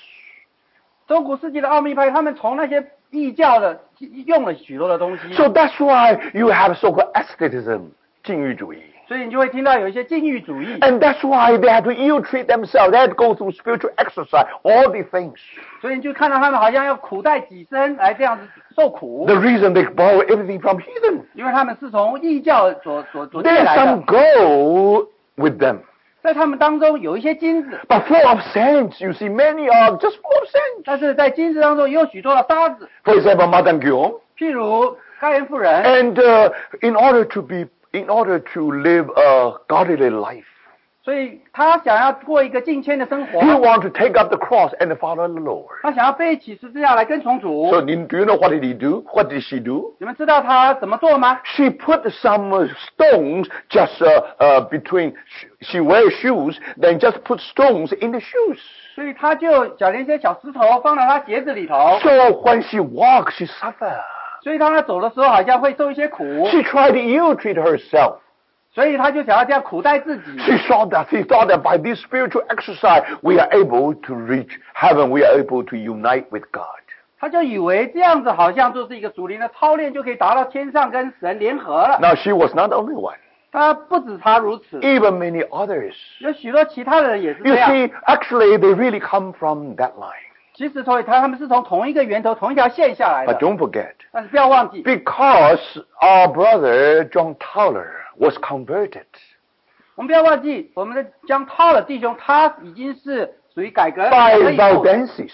中古世纪的奥秘派，他们从那些异教的用了许多的东西，
So that's why you have so-called asceticism, 禁欲主义.
所以你就会听到有一些禁欲主义，
And that's why they had to ill-treat themselves. They had to go through spiritual exercise, all these things.
所以你就看到他们好像要苦待己身来这样子受苦
The，reason they borrow everything from heathen.
因为他们是从异教所所所借
There's
来的
some，gold with them.
在他们当中有一些金子，
But full of sense, you see, many are just full of sense.
但是在金子当中也有许多的沙子，
For example, Madame Guillaume.
譬如该人妇人，
And uh, in order to be, in order to live a godly life,
所以他想要过一个敬谦的生
he
活，
want to take up the cross and follow the Lord.
他想要背起十字架来跟从
So
主。
do you know what did he do? What did she do?
你们知道他怎么做吗？
She put some uh, stones just uh, uh, between. She, she wears shoes, then just put stones in the shoes.
所以他就脚连些小石头放到他鞋子里头，
So when she walks, she suffer.
所以当他走的时候好像会受一些苦，
She tried to ill-treat herself.
所以他就想要这样苦待自己。
She saw that she thought that by this spiritual exercise we are able to reach heaven. We are able to unite with God.
他就以为这样子好像就是一个属灵的操练，就可以达到天上跟神联合了。
Now she was not the only one.
他不止他如此，
Even many others.
有许多其他的人也是
You
这样。
see, actually they really come from that line.
其实所以他他们是从同一个源头、同一条线下来的。
But don't forget,
但是不要忘记，
because our brother John Towler was converted,
我们不要忘记，我们的江涛的弟兄他已经是属于改革
by
可以后
Valdensis.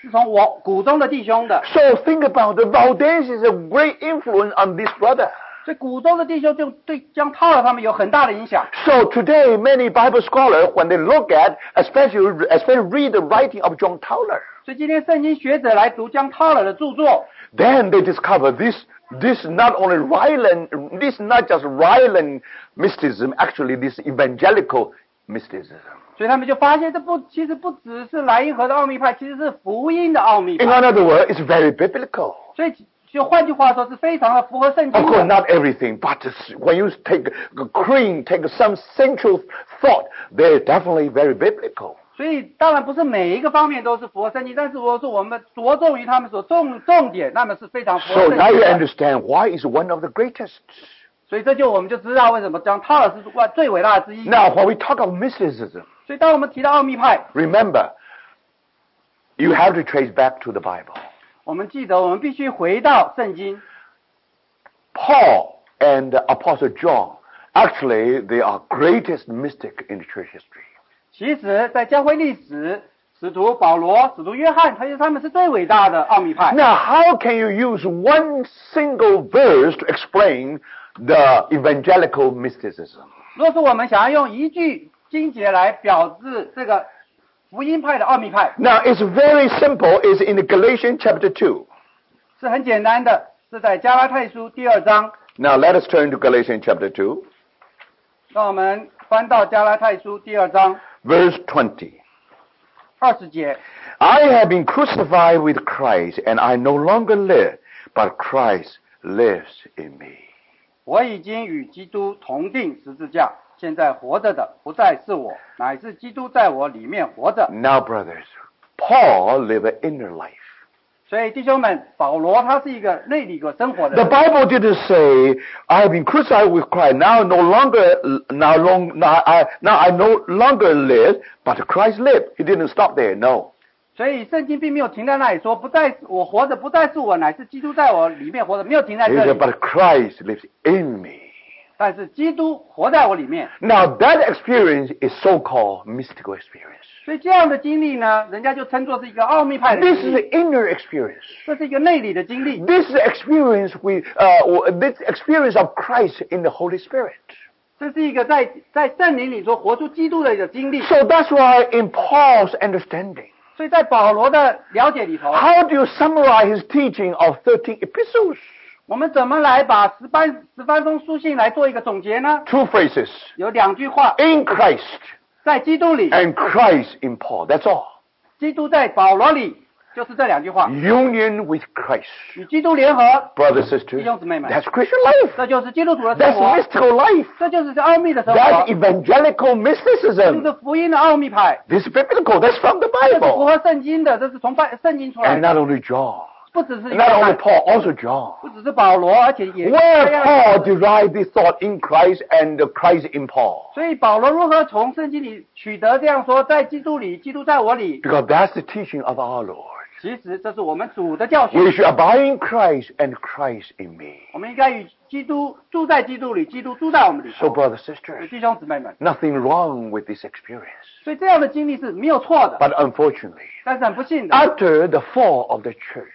是从我股中的弟兄的，
So think about the Valdensis is a great influence on this brother.
所以股中的弟兄就对江涛的他们有很大的影响。
So today, many Bible scholars, when they look at, especially, especially read the writing of John Towler,
所以今天圣经学者来读江涛了的著作，
then they discover this, this not only Ryland, this not just Ryland mysticism, actually this evangelical mysticism.
所以他们就发现这不其实不只是莱茵河的奥秘派，其实是福音的奥秘
In
派。
other words, it's very biblical.
所以就换句话说，是非常的符合圣
Of
经
course,
的。
not everything, but it's- when you take a cream, take some central thought, they're definitely very biblical.
所以当然不是每一个方面都是符合圣经，但是我说我们着重于他们所重重点，那么是非常符合
So
圣
now you
经的。
understand why it's one of the greatest.
所以这就我们就知道为什么江涛尔是万最伟大的之一。
Now, when we talk of mysticism,
所以当我们提到奥秘派，
Remember, you have to trace back to the Bible.
我们记得我们必须回到圣经。
Paul and Apostle John, actually, they are greatest mystic in the church history.
其实，在教会历史，使徒保罗、使徒约翰，他就他们是最伟大的奥秘派。
Now, how can you use one single verse to explain the evangelical mysticism?
如果说我们想要用一句经节来表示这个福音派的奥秘派，
Now, it's very simple. It's in Galatians chapter 2.
是很简单的，是在加拉太书第二章。
Now, let us turn to Galatians chapter 2,
让我们翻到加拉太书第二章
verse 20.
二十节。
I have been crucified with Christ, and I no longer live, but Christ lives in me.
我已经与基督同定十字架，现在活着的不再是我，乃是基督在我里面活着。
Now, brothers, Paul lived an inner life.
所以弟兄们，保罗他是一个内里过生活的
The
人。
Bible didn't say, I have been crucified with Christ. Now no longer, now long, now I, now I no longer live, but Christ lived. He didn't stop there, no.
所以圣经并没有停在那里说，不再是我活着，不再是我，乃是基督在我里面活着，没有停在
He
这
said,
里。
but Christ lives in me.
但是基督活在我里面，
Now that experience is so-called mystical experience.
所以这样的经历呢，人家就称作是一个奥秘派的嗯
This
经
is
历，
the inner experience.
这是一个内里的经历，
This is experience we, uh, this experience of Christ in the Holy Spirit.
这是一个在在圣灵里所活出基督的一个经历。
So that's why in Paul's understanding,
所以在保罗的了解里头，
how do you summarize his teaching of 13 epistles?
我们怎么来把十班十班封书信来做一个总结呢？
Two phrases.
有两句话，
In Christ
在基督里，
and Christ in Paul. That's all.
基督在保罗里，就是这两句话。
Union with Christ.
与基督联合，
Brother, sister,
弟兄姊妹们。
that's Christian
这
life.
就是基督徒的生
That's
活，
mystical life.
这就是这奥秘的生
That's
活，这就
evangelical mysticism.
是福音的奥秘派，
This is biblical. That's from the
这是符
Bible.
合圣经的，这是从拜圣经出来
And
的，
not only John,
不只是一
not
个
only Paul, also John.
不只是保罗，而且也
Where Paul derived this thought in Christ and the Christ in Paul.
所以保罗如何从圣经里取得这样说，在基督里，基督在我里，
Because that's the teaching of our Lord.
其实这是我们主的教训。
We should abide in Christ and Christ in me.
我们应该与基督住在基督里，基督住在我们里
So,
头。
brothers, sisters,
弟兄姊妹们，
nothing wrong with this experience.
所以这样的经历是没有错的，
But unfortunately,
但是很不幸的，
after the fall of the church,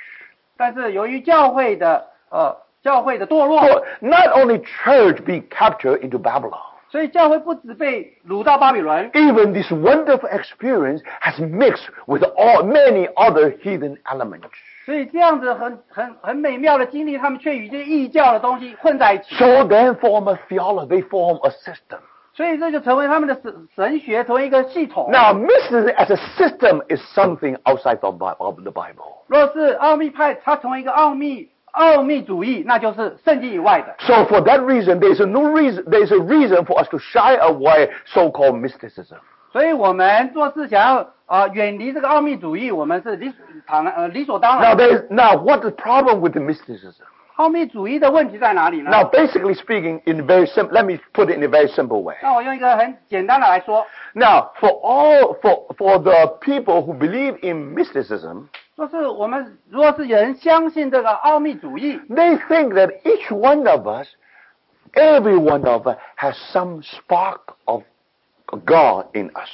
但是由于教会的呃教会的堕落，
so not only church being captured into Babylon,
所以教会不止被掳到巴比伦，
even this wonderful experience has mixed with all many other heathen elements.
所以这样子很很很美妙的经历，他们却与这些异教的东西混在一起，
So then form a theology, they form a system.
所以这就成为他们的神神学，成为一个系统。
Now, mysticism as a system is something outside of, Bi- of the Bible.
若是奥秘派，它成为一个奥秘奥秘主义，那就是圣经以外的。
So for that reason, there's a no reason, there's a reason for us to shy away so-called mysticism.
所以我们做事想要啊、呃远离这个奥秘主义，我们是理当然呃理所当
Now
然。
there's, now what the problem with the mysticism?
奥秘主义的问题在哪里呢？
Now basically speaking, in very simple, let me put it in a very simple way.
那我用一个很简单的来说，
Now for all, for, for the people who believe in mysticism,
就是我们如果是人相信这个奥秘主义，
they think that each one of us, every one of us has some spark of God in us.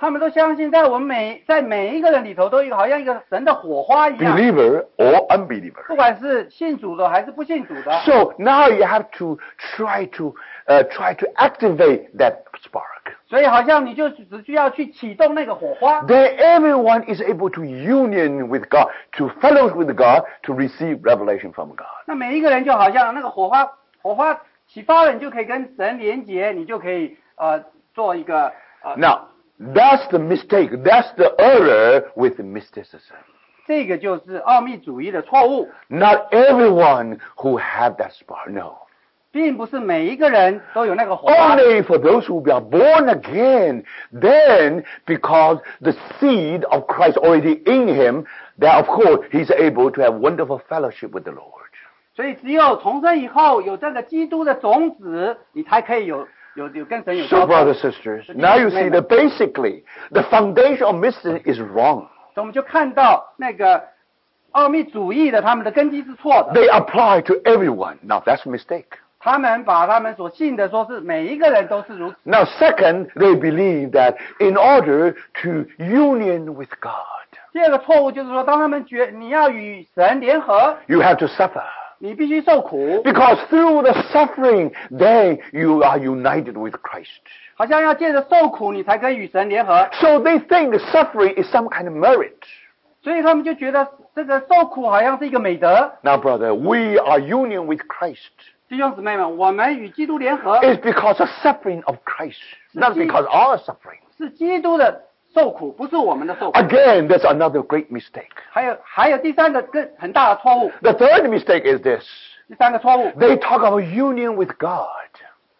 他们都相信在我们每在每一个人里头都有好像一个神的火花一样，
Believer or unbeliever.
不管是信主的还是不信主的，
So now you have to try to uh, try to activate that spark.
所以好像你就只需要去启动那个火花，
Then everyone is able to union with God, to fellowship with God, to receive revelation from God.
那每一个人就好像那个火花火花启发了，你就可以跟神连结，你就可以呃做一个呃
Now that's the mistake. That's the error with mysticism.
这个就是奥秘主义的错误，
Not everyone who have that spark. No.
并不是每一个人都有那个火花。
Only for those who are born again, then because the seed of Christ already in him, then of course he's able to have wonderful fellowship with the Lord.
所以只有重生以后有这个基督的种子，你才可以有有有跟神有
So
交通。
brothers sisters, now you see that basically the foundation of mysticism is wrong.
所以我们就看到那个奥秘主义的他们的根基是错的，
They apply to everyone. Now that's a mistake.
他们把他们所信的说是每一个人都是如此。
Now second, they believe that in order to union with God,
第二个错误就是说，当他们觉你要与神联合，
you have to suffer.
你必须受苦，
Because through the suffering, then you are united with Christ.
好像要借着受苦你才可以与神联合，
So they think the suffering is some kind of merit.
所以他们就觉得这个受苦好像是一个美德。
Now, brother, we are union with Christ.
弟兄姊妹们，我们与基督联合
It's because of suffering of Christ, not because of our suffering.
是基督的受苦，不是我们的受苦。
Again, that's another great mistake.
还有还有第三个更很大的错误，
The third mistake is this.
第三个错误，
They talk about union with God.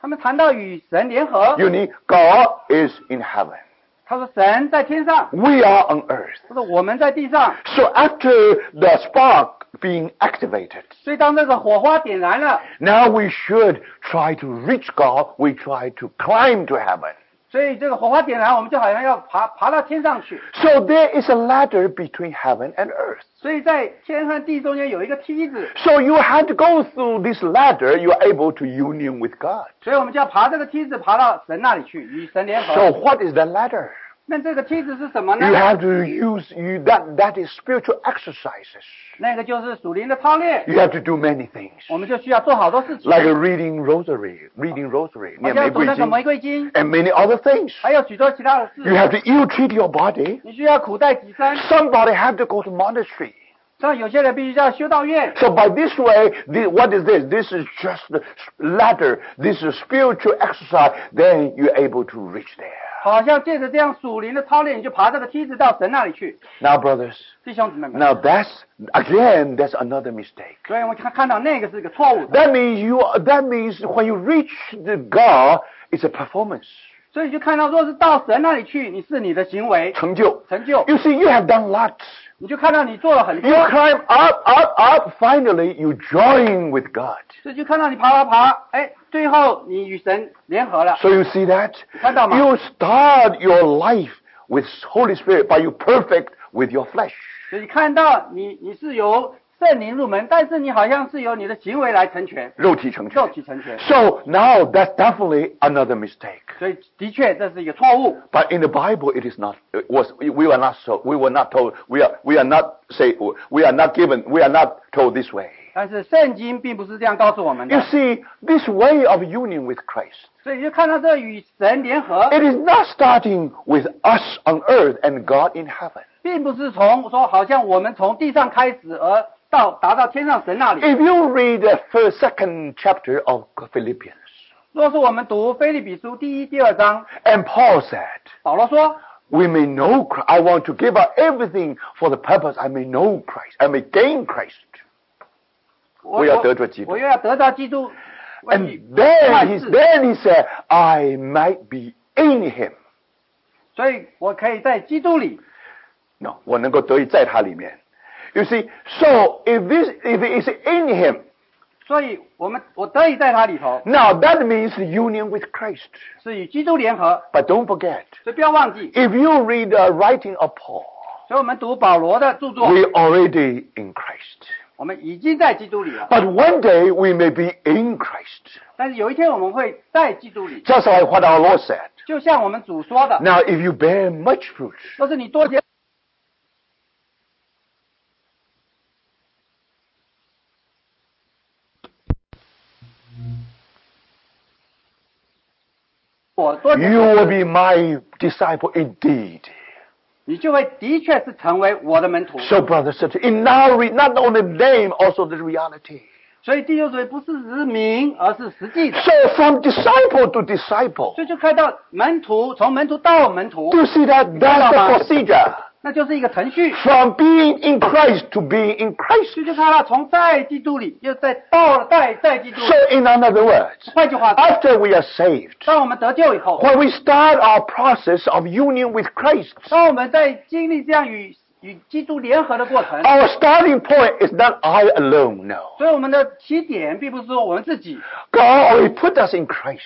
他们谈到与神联合，
You need God is in heaven.
他说神在天上，
We are on earth.
他说我们在地上，
So after the spark being activated,
所以当这个火花点燃了，
now we should try to reach God. We try to climb to heaven.
所以这个火花点燃，我们就好像要爬爬到天上去。
So there is a ladder between heaven and earth.
所以在天和地中间有一个梯子，
So you had to go through this ladder, you are able to union with God.
所以我们就要爬这个梯子爬到神那里去，与神联合。
So what is the ladder?
那这个梯子是什么呢
You？have to use you that that is spiritual exercises.
那个就是属灵的操练，
You have to do many things.
我们就需要做好多事情，
Like a reading rosary, reading rosary,
我们要读那个玫瑰经，
and many other things.
还有许多其他的
You
事。
have to ill treat your body.
你需要苦待己身，
Somebody have to go to monastery.
像有些人必须要修道院，
So by this way, the, what is this? This is just the ladder. This is spiritual exercise. Then you're able to reach there.
好像借着这样属灵的操练，你就爬这个梯子到神那里去，
Now, brothers,
弟兄姊妹们。
now that's again that's another mistake.
所以我们看看到那个是一个错误的，
That means you. That means when you reach the God, it's a performance.
所以就看到若是到神那里去，你是你的行为
成就。
成就，
You see, you have done lots.
你就看到你做了很
You
多，
climb up, up, up. Finally, you join with God.
所以就看到你爬爬爬，哎，最后你与神联合了。
So you see that
看到吗？
you start your life with Holy Spirit, but you perfect with your flesh.
所以看到你你是由圣灵入门，但是你好像是由你的行为来成全，肉体
肉体成
成全。
全。So now that's definitely another mistake.
所以的确这是一个错误，
But in the Bible, it is not. It was we were not so. We were not told. We are. We are not say. We are not given. We are not told this way.
但是圣经并不是这样告诉我们
You
的。
see, this way of union with Christ.
所以就看到这与神联合，
It is not starting with us on earth and God in heaven.
并不是从说好像我们从地上开始而到达到天上神那里。
If you read the first, second chapter of Philippians,
若是我们读菲利比书第一、第二章，
and Paul said,
保罗说
"We may know. Christ. I want to give up everything for the purpose I may know Christ. I may gain Christ."
我：“
我要
我
得着基督嗯
我又要得到基督。为你
And then
万
he
事，
then he said, "I might be in Him."
所以我可以在基督里。
No, 我能够得以在他里面. You see, so if this if it is in him,
所以我们我得以在他里头，
now that means union with Christ.
是与基督联合。
But don't forget,
所以不要忘记，
if you read the writing of Paul,
所以我们读保罗的著作，
we already in Christ.
我们已经在基督里了。
But one day we may be in Christ,
但是有一天我们会在基督里，
just like what our Lord said.
就像我们主说的，
Now, if you bear much fruit,
若是你多结，我多结
you will be my disciple indeed.
你就会的确是成为我的门徒。
So, brothers, sister, in now re- not only name, also the reality.
所以第六组不是只是名，而是实际的。
So, from disciple to disciple.
所以就看到门徒从门徒到门徒
Do，you see that? That's the procedure.
那就是一个程序。
From being in Christ to being in Christ.
所以就看到从在基督里，又在到了在在基督里
So。in other words,
换句话说，
after we are saved,
当我们得救以后，
when we start our process of union with Christ,
当我们在经历这样与与基督联合的过程，
our starting point is not I alone, no.
所以我们的起点并不是说我们自己，
God already put us in Christ.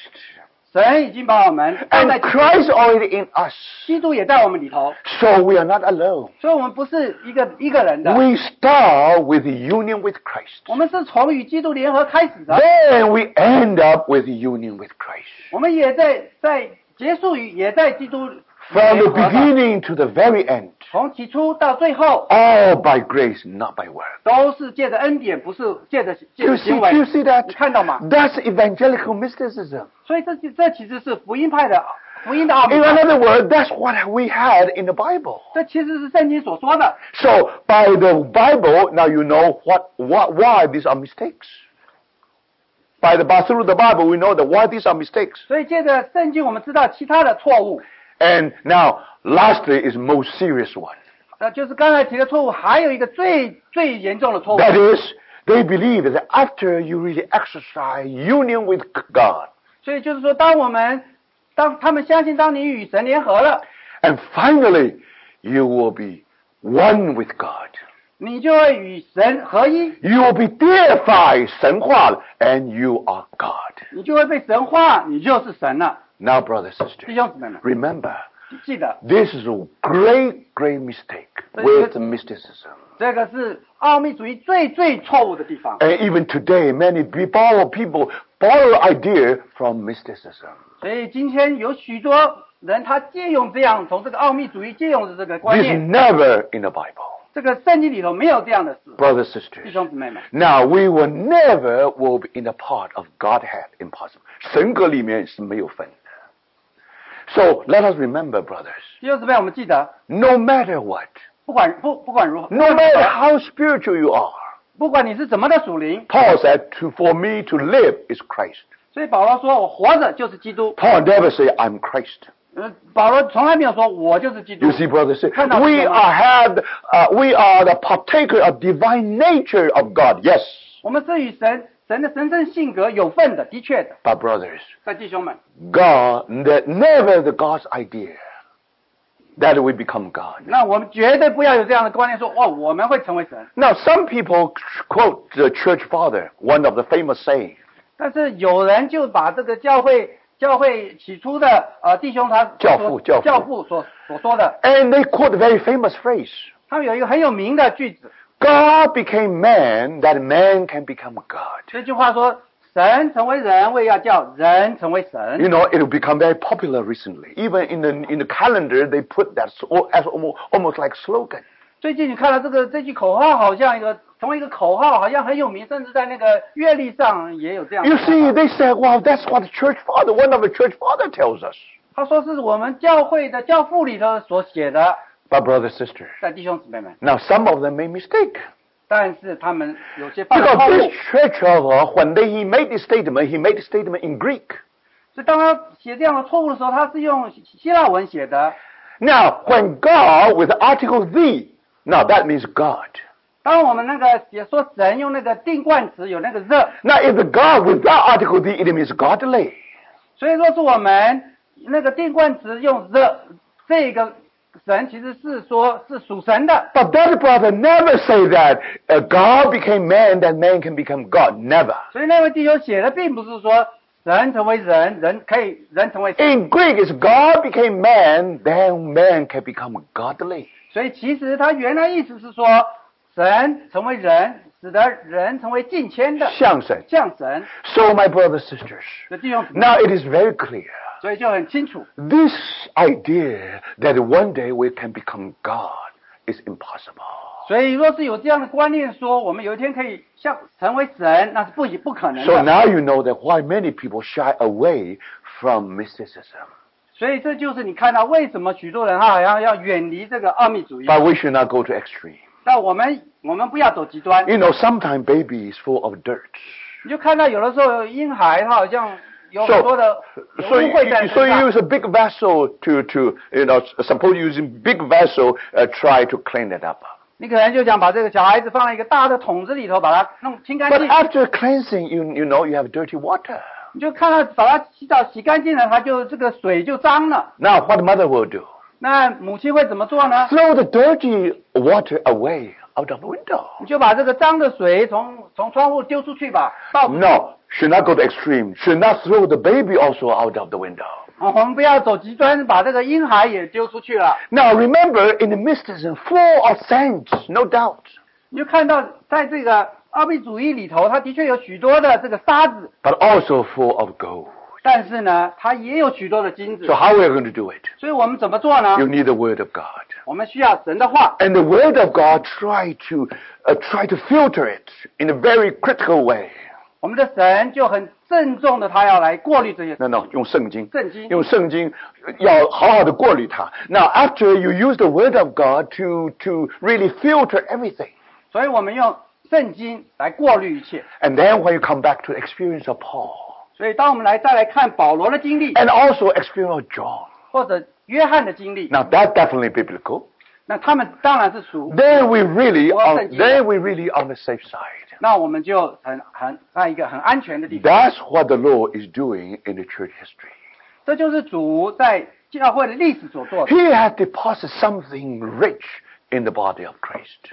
神已经把我们放在
And Christ already in us.
基督也在我们里头，
So we are not alone.
所以我们不是一个一个人的，
We start with union with Christ.
我们是从与基督联合开始的，
Then we end up with union with Christ.
我们也在在结束于也在基督联
From the
合的，
beginning to the very end.
从起初到最后
all by grace, not by work.
都是借着恩典，不是借着借
Do
着
you see,
行
do
为
you see，that?
你看到吗？
That's evangelical mysticism.
所以这这其实是福音派的福音的奥秘
In，another word, that's what we had in the Bible.
这其实是圣经所说的。
So by the Bible, now you know what, what why these are mistakes. By the by through the Bible, we know that why these are mistakes.
所以借着圣经，我们知道其他的错误，
And now, lastly, is most serious one.
呃，就是刚才提的错误，还有一个最最严重的错误，
That is, they believe that after you really exercise union with God,
所以就是说，当我们当他们相信，当你与神联合了，
and finally, you will be one with God.
你就会与神合一，
You will be deified, 神化了, and you are God.
你就会被神化，你就是神了。
Now, brothers and
弟
sisters,
兄姊妹们，
remember,
记得
this is a great, great mistake
But-
with
but-
mysticism.
这个是奥秘主义最最错误的地方。
And even today, many pe- borrow people borrow idea from mysticism.
所以今天有许多人他借用这样从这个奥秘主义借用的这个观
This is
念，
never in the Bible,
这个圣经里头没有这样的事，
brothers and
弟
sisters.
兄姊妹们。
Now we will never will be in the part of Godhead impossible. 神格里面是没有分的。So let us remember, brothers,
弟兄姊妹，我们记得，
no matter what,
不管不不管如何，
no matter how spiritual you are,
不管你是怎么的属灵，
Paul said, to, for me to live is Christ.
所以保罗说我活着就是基督。
Paul never said, I'm Christ.
呃，保罗从来没有说我就是基督
You。see, brothers, we
Kind of-
are have, uh, we are the partaker of divine nature of God. Yes,
我们是与神神的神圣性格有份的，的确的。
but brothers,
各位弟兄们，
God that never the God's idea that we become God.
那我们绝对不要有这样的观念说，哦，我们会成为神。
Now, some people quote the church father, one of the famous saying.
但是有人就把这个教会教会起初的呃弟兄他
教
所
父教父
教父所所说的，
And they quote a very famous phrase
他们有一个很有名的句子，
God became man that man can become God.
这句话说：“神成为人，为要叫人成为神。
You know, it will become very popular recently. Even in the, in the calendar, they put that so, as almost, almost like slogan. ”
最近你看到这个这句口号，好像一个成为一个口号，好像很有名，甚至在那个阅历上也有这样的
You
看
see,
法。
they said, well, that's what the church father, one of the church father tells us.
他说是我们教会的教父里头所写的，
But brother, sister,
在弟兄姊妹们，
now some of them made mistake.
但是他们有些犯了错
Because
误
this。church father, when they, he made this statement, he made the statement in Greek.
所以当他写这样的错误的时候，他是用希希腊文写的。
Now, when God with the article the, now that means God.
当我们那个也说神用那个定冠词有那个热，
Now, if the God without article the, it means godly.
所以说是我们那个定冠词用热这个神其实是说是属神的，
But that brother never say that uh, God became man, that man can become God. Never.
所以那位弟兄写的并不是说人成为人，人可以人成为神，
In Greek, it's God became man, then man can become godly.
所以其实他原来意思是说神成为人，使得人成为近迁的
像神。
像神，
So, my brothers sisters,
所以弟兄姊妹，
now it is very clear.
所以就很清楚，
This idea that one day we can become God is impossible.
所以若是有这样的观念说我们有一天可以像成为神，那是不不可能
So
的。
now you know that why many people shy away from mysticism.
所以这就是你看到为什么许多人他好像要远离这个奥秘主义。
But we should not go to extreme.
那我们我们不要走极端，
You know, sometimes baby is full of dirt.
你就看到有的时候婴孩他好像有
So-
很多的有
So
污
you,
秽在
you- so
身上。
you use a big vessel to, to you know, suppose using big vessel, uh, try to clean it up.
你可能就想把这个小孩子放在一个大的桶子里头，把它弄清干
But
净，
after cleansing, you, you know, you have dirty water.
你就看到把它洗澡洗干净了，它就这个水就脏了。
Now, what mother will do?
那母亲会怎么做呢？
Throw the dirty water away out of the window.
你就把这个脏的水从从窗户丢出去吧。到
No, should not go to extreme. Should not throw the baby also out of the window.
我们不要走极端，把这个婴孩也丢出去了。
Now remember, in the mysticism, full of saints, no doubt.
你就看到在这个奥秘主义里头，它的确有许多的这个沙子，
but also full of gold.
但是呢，它也有许多的金子
So。how are we going to do it?
所以我们怎么做呢？
You need the word of God.
我们需要神的话，
And the word of God try to uh, try to filter it in a very critical way.
我们的神就很郑重的，他要来过滤这些
No, no, 用圣经,
圣经。
用圣经要好好的过滤它。Now after you use the word of God to to really filter everything,
所以我们用圣经来过滤一切。
and then when you come back to the experience of Paul
所以，当我们来再来看保罗的经历，
and also experience of John,
或者约翰的经历，
now that's definitely biblical.
那他们当然是属，
Then we really are,
我要圣经。
then we really on the safe side.
那我们就很很在一个很安全的地方。
That's what the Lord is doing in the church history.
这就是主在教会的历史所做的。
He has deposited something rich in the body of Christ.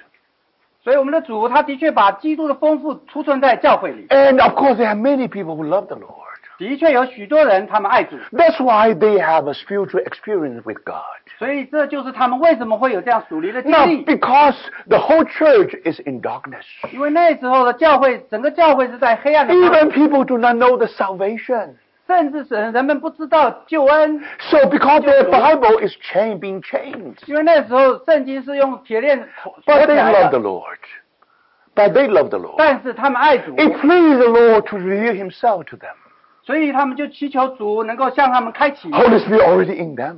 所以，我们的主他的确把基督的丰富储存在教会里。
And of course, there are many people who love the Lord.
的确有许多人他们爱主，
That's why they have a spiritual experience with God.
所以这就是他们为什么会有这样属灵的经
Not
历。
because the whole church is in darkness.
因为那时候的教会，整个教会是在黑暗的当中，
Even people do not know the salvation.
甚至人人们不知道救恩，
So because their Bible is chain, being chained.
因为那时候圣经是用铁链锁锁
But
起
they
来
love the
的。
Lord. But they love the Lord.
但是他们爱主，
It pleased the Lord to reveal Himself to them.
所以他们就祈求主能够向他们开启，
Holy Spirit already in them.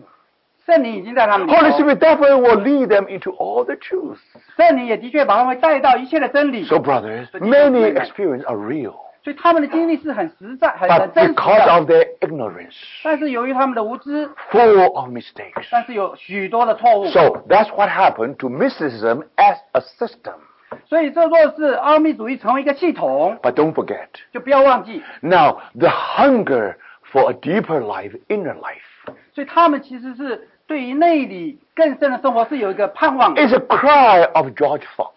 圣灵已经在他们里
Holy
头，
Spirit definitely will lead them into all the truth.
圣灵也的确把他们带到一切的真理，
So, brothers,
But you
many
remember-
experiences are real,
所以他们的经历是很实在、很很
but
真实
because
的。
of their ignorance,
但是由于他们的无知，
full of mistakes.
但是有许多的错误，
So that's what happened to mysticism as a system.
所以这若是奥秘主义成为一个系统，
But don't forget,
就不要忘记，
now the hunger for a deeper life, inner life,
所以他们其实是对于内里更深的生活是有一个盼望的。
is a cry of George Fox.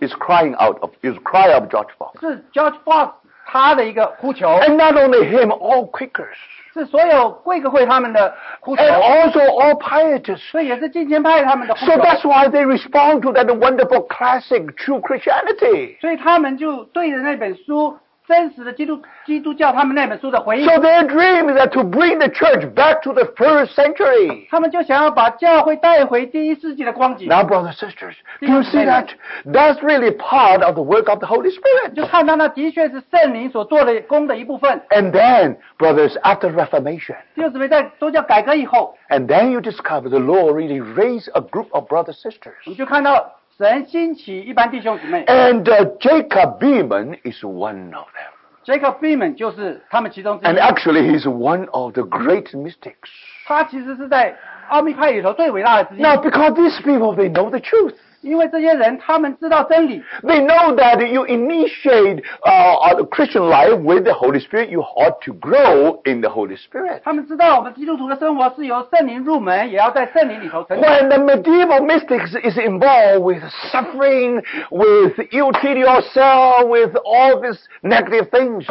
Is crying out of is cry of George Fox,
是 George Fox 他的一个呼求，
and not only him, all Quakers,
是所有贵格会他们的呼求
and，also all pietists.
所以也是金钱派他们的呼
So
求，
that's why they respond to that wonderful classic true Christianity.
所以他们就对着那本书真实的基督基督教他们那本书的回应，
So their dream is that to bring the church back to the first century.
他们就想要把教会带回第一世纪的光景。
Now, brothers and sisters, do you see that? That's really part of the work of the Holy
你就
Spirit.
看到那的确是圣灵所做的功的一部分。
And then, brothers, after Reformation,
弟兄姊妹在宗教改革以后，
and then you discover the Lord really raised a group of brothers and sisters.
你就看到神兴起一般弟兄姊妹
And uh, Jacob Beeman is one of them.
，Jacob Freeman 就是他们其中之一
And。actually, he's one of the great mystics.
他其实是在奥秘派里头最伟大的之一。
Now, because these people, they know the truth.
因为这些人他们知道真理，
They know that you initiate uh, uh, the Christian life with the Holy Spirit. You ought to grow in the Holy Spirit.
他们知道我们基督徒的生活是由圣灵入门，也要在圣灵里头成长。
When the medieval mystics is involved with suffering, with you treat yourself, with all these negative things,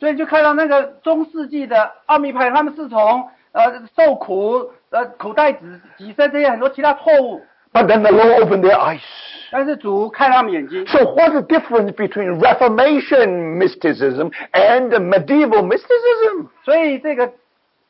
所以就看到那个中世纪的奥秘派，他们是从呃受苦、呃苦待子己身这些很多其他错误，
but then the Lord opened their eyes.
但是主开了他们眼睛。
So what's the difference between Reformation mysticism and the medieval mysticism?
所以这个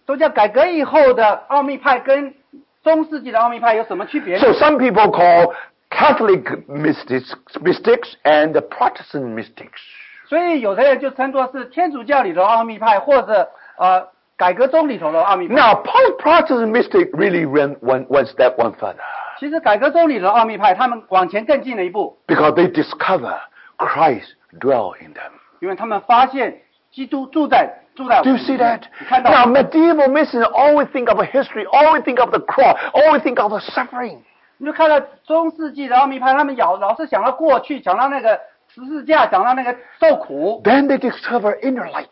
宗教改革以后的奥秘派跟中世纪的奥秘派有什么区别呢？
So some people call Catholic mystics, mystics and the Protestant mystics.
所以有的人就称作是天主教里头的奥秘派，或者呃改革宗里头的奥秘派。
Now, Protestant mystic really went one, one step one further
其实改革宗里的奥秘派，他们往前更进了一步，
because they discover Christ dwell in them.
因为他们发现基督住在住在我
Do
们里
you see
面
that?
你看到
Now, medieval mystics always think of history, always think of the cross, always think of the suffering.
你就看到中世纪的奥秘派，他们老老是想到过去，想到那个十字架，想到那个受苦，
Then they discover inner light.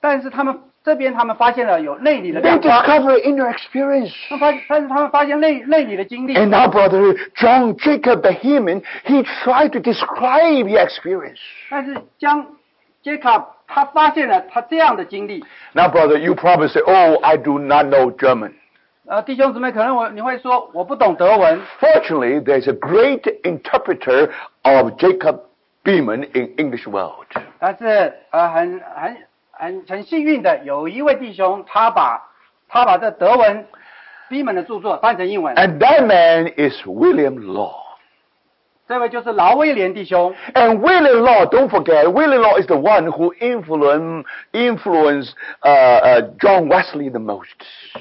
但是他们这边他们发现了有内里的亮
They
光，
discover inner experience.
他们发但是他们发现内内里的经历，
And now, brother John Jacob Beheman, he tried to describe the experience.
但是将 Jacob 他发现了他这样的经历，
Now, brother, you probably say, "Oh, I do not know German."
呃，弟兄姊妹，可能我你会说我不懂德文，
Fortunately, there's a great interpreter of Jacob Beeman in English world.
但是呃，很很很很幸运的，有一位弟兄，他把他把这德文逼门的著作翻成英文。
And that man is William Law.
这位就是劳威廉弟兄，
And William Law, don't forget, William Law is the one who influence, influenced uh, uh, John Wesley the most.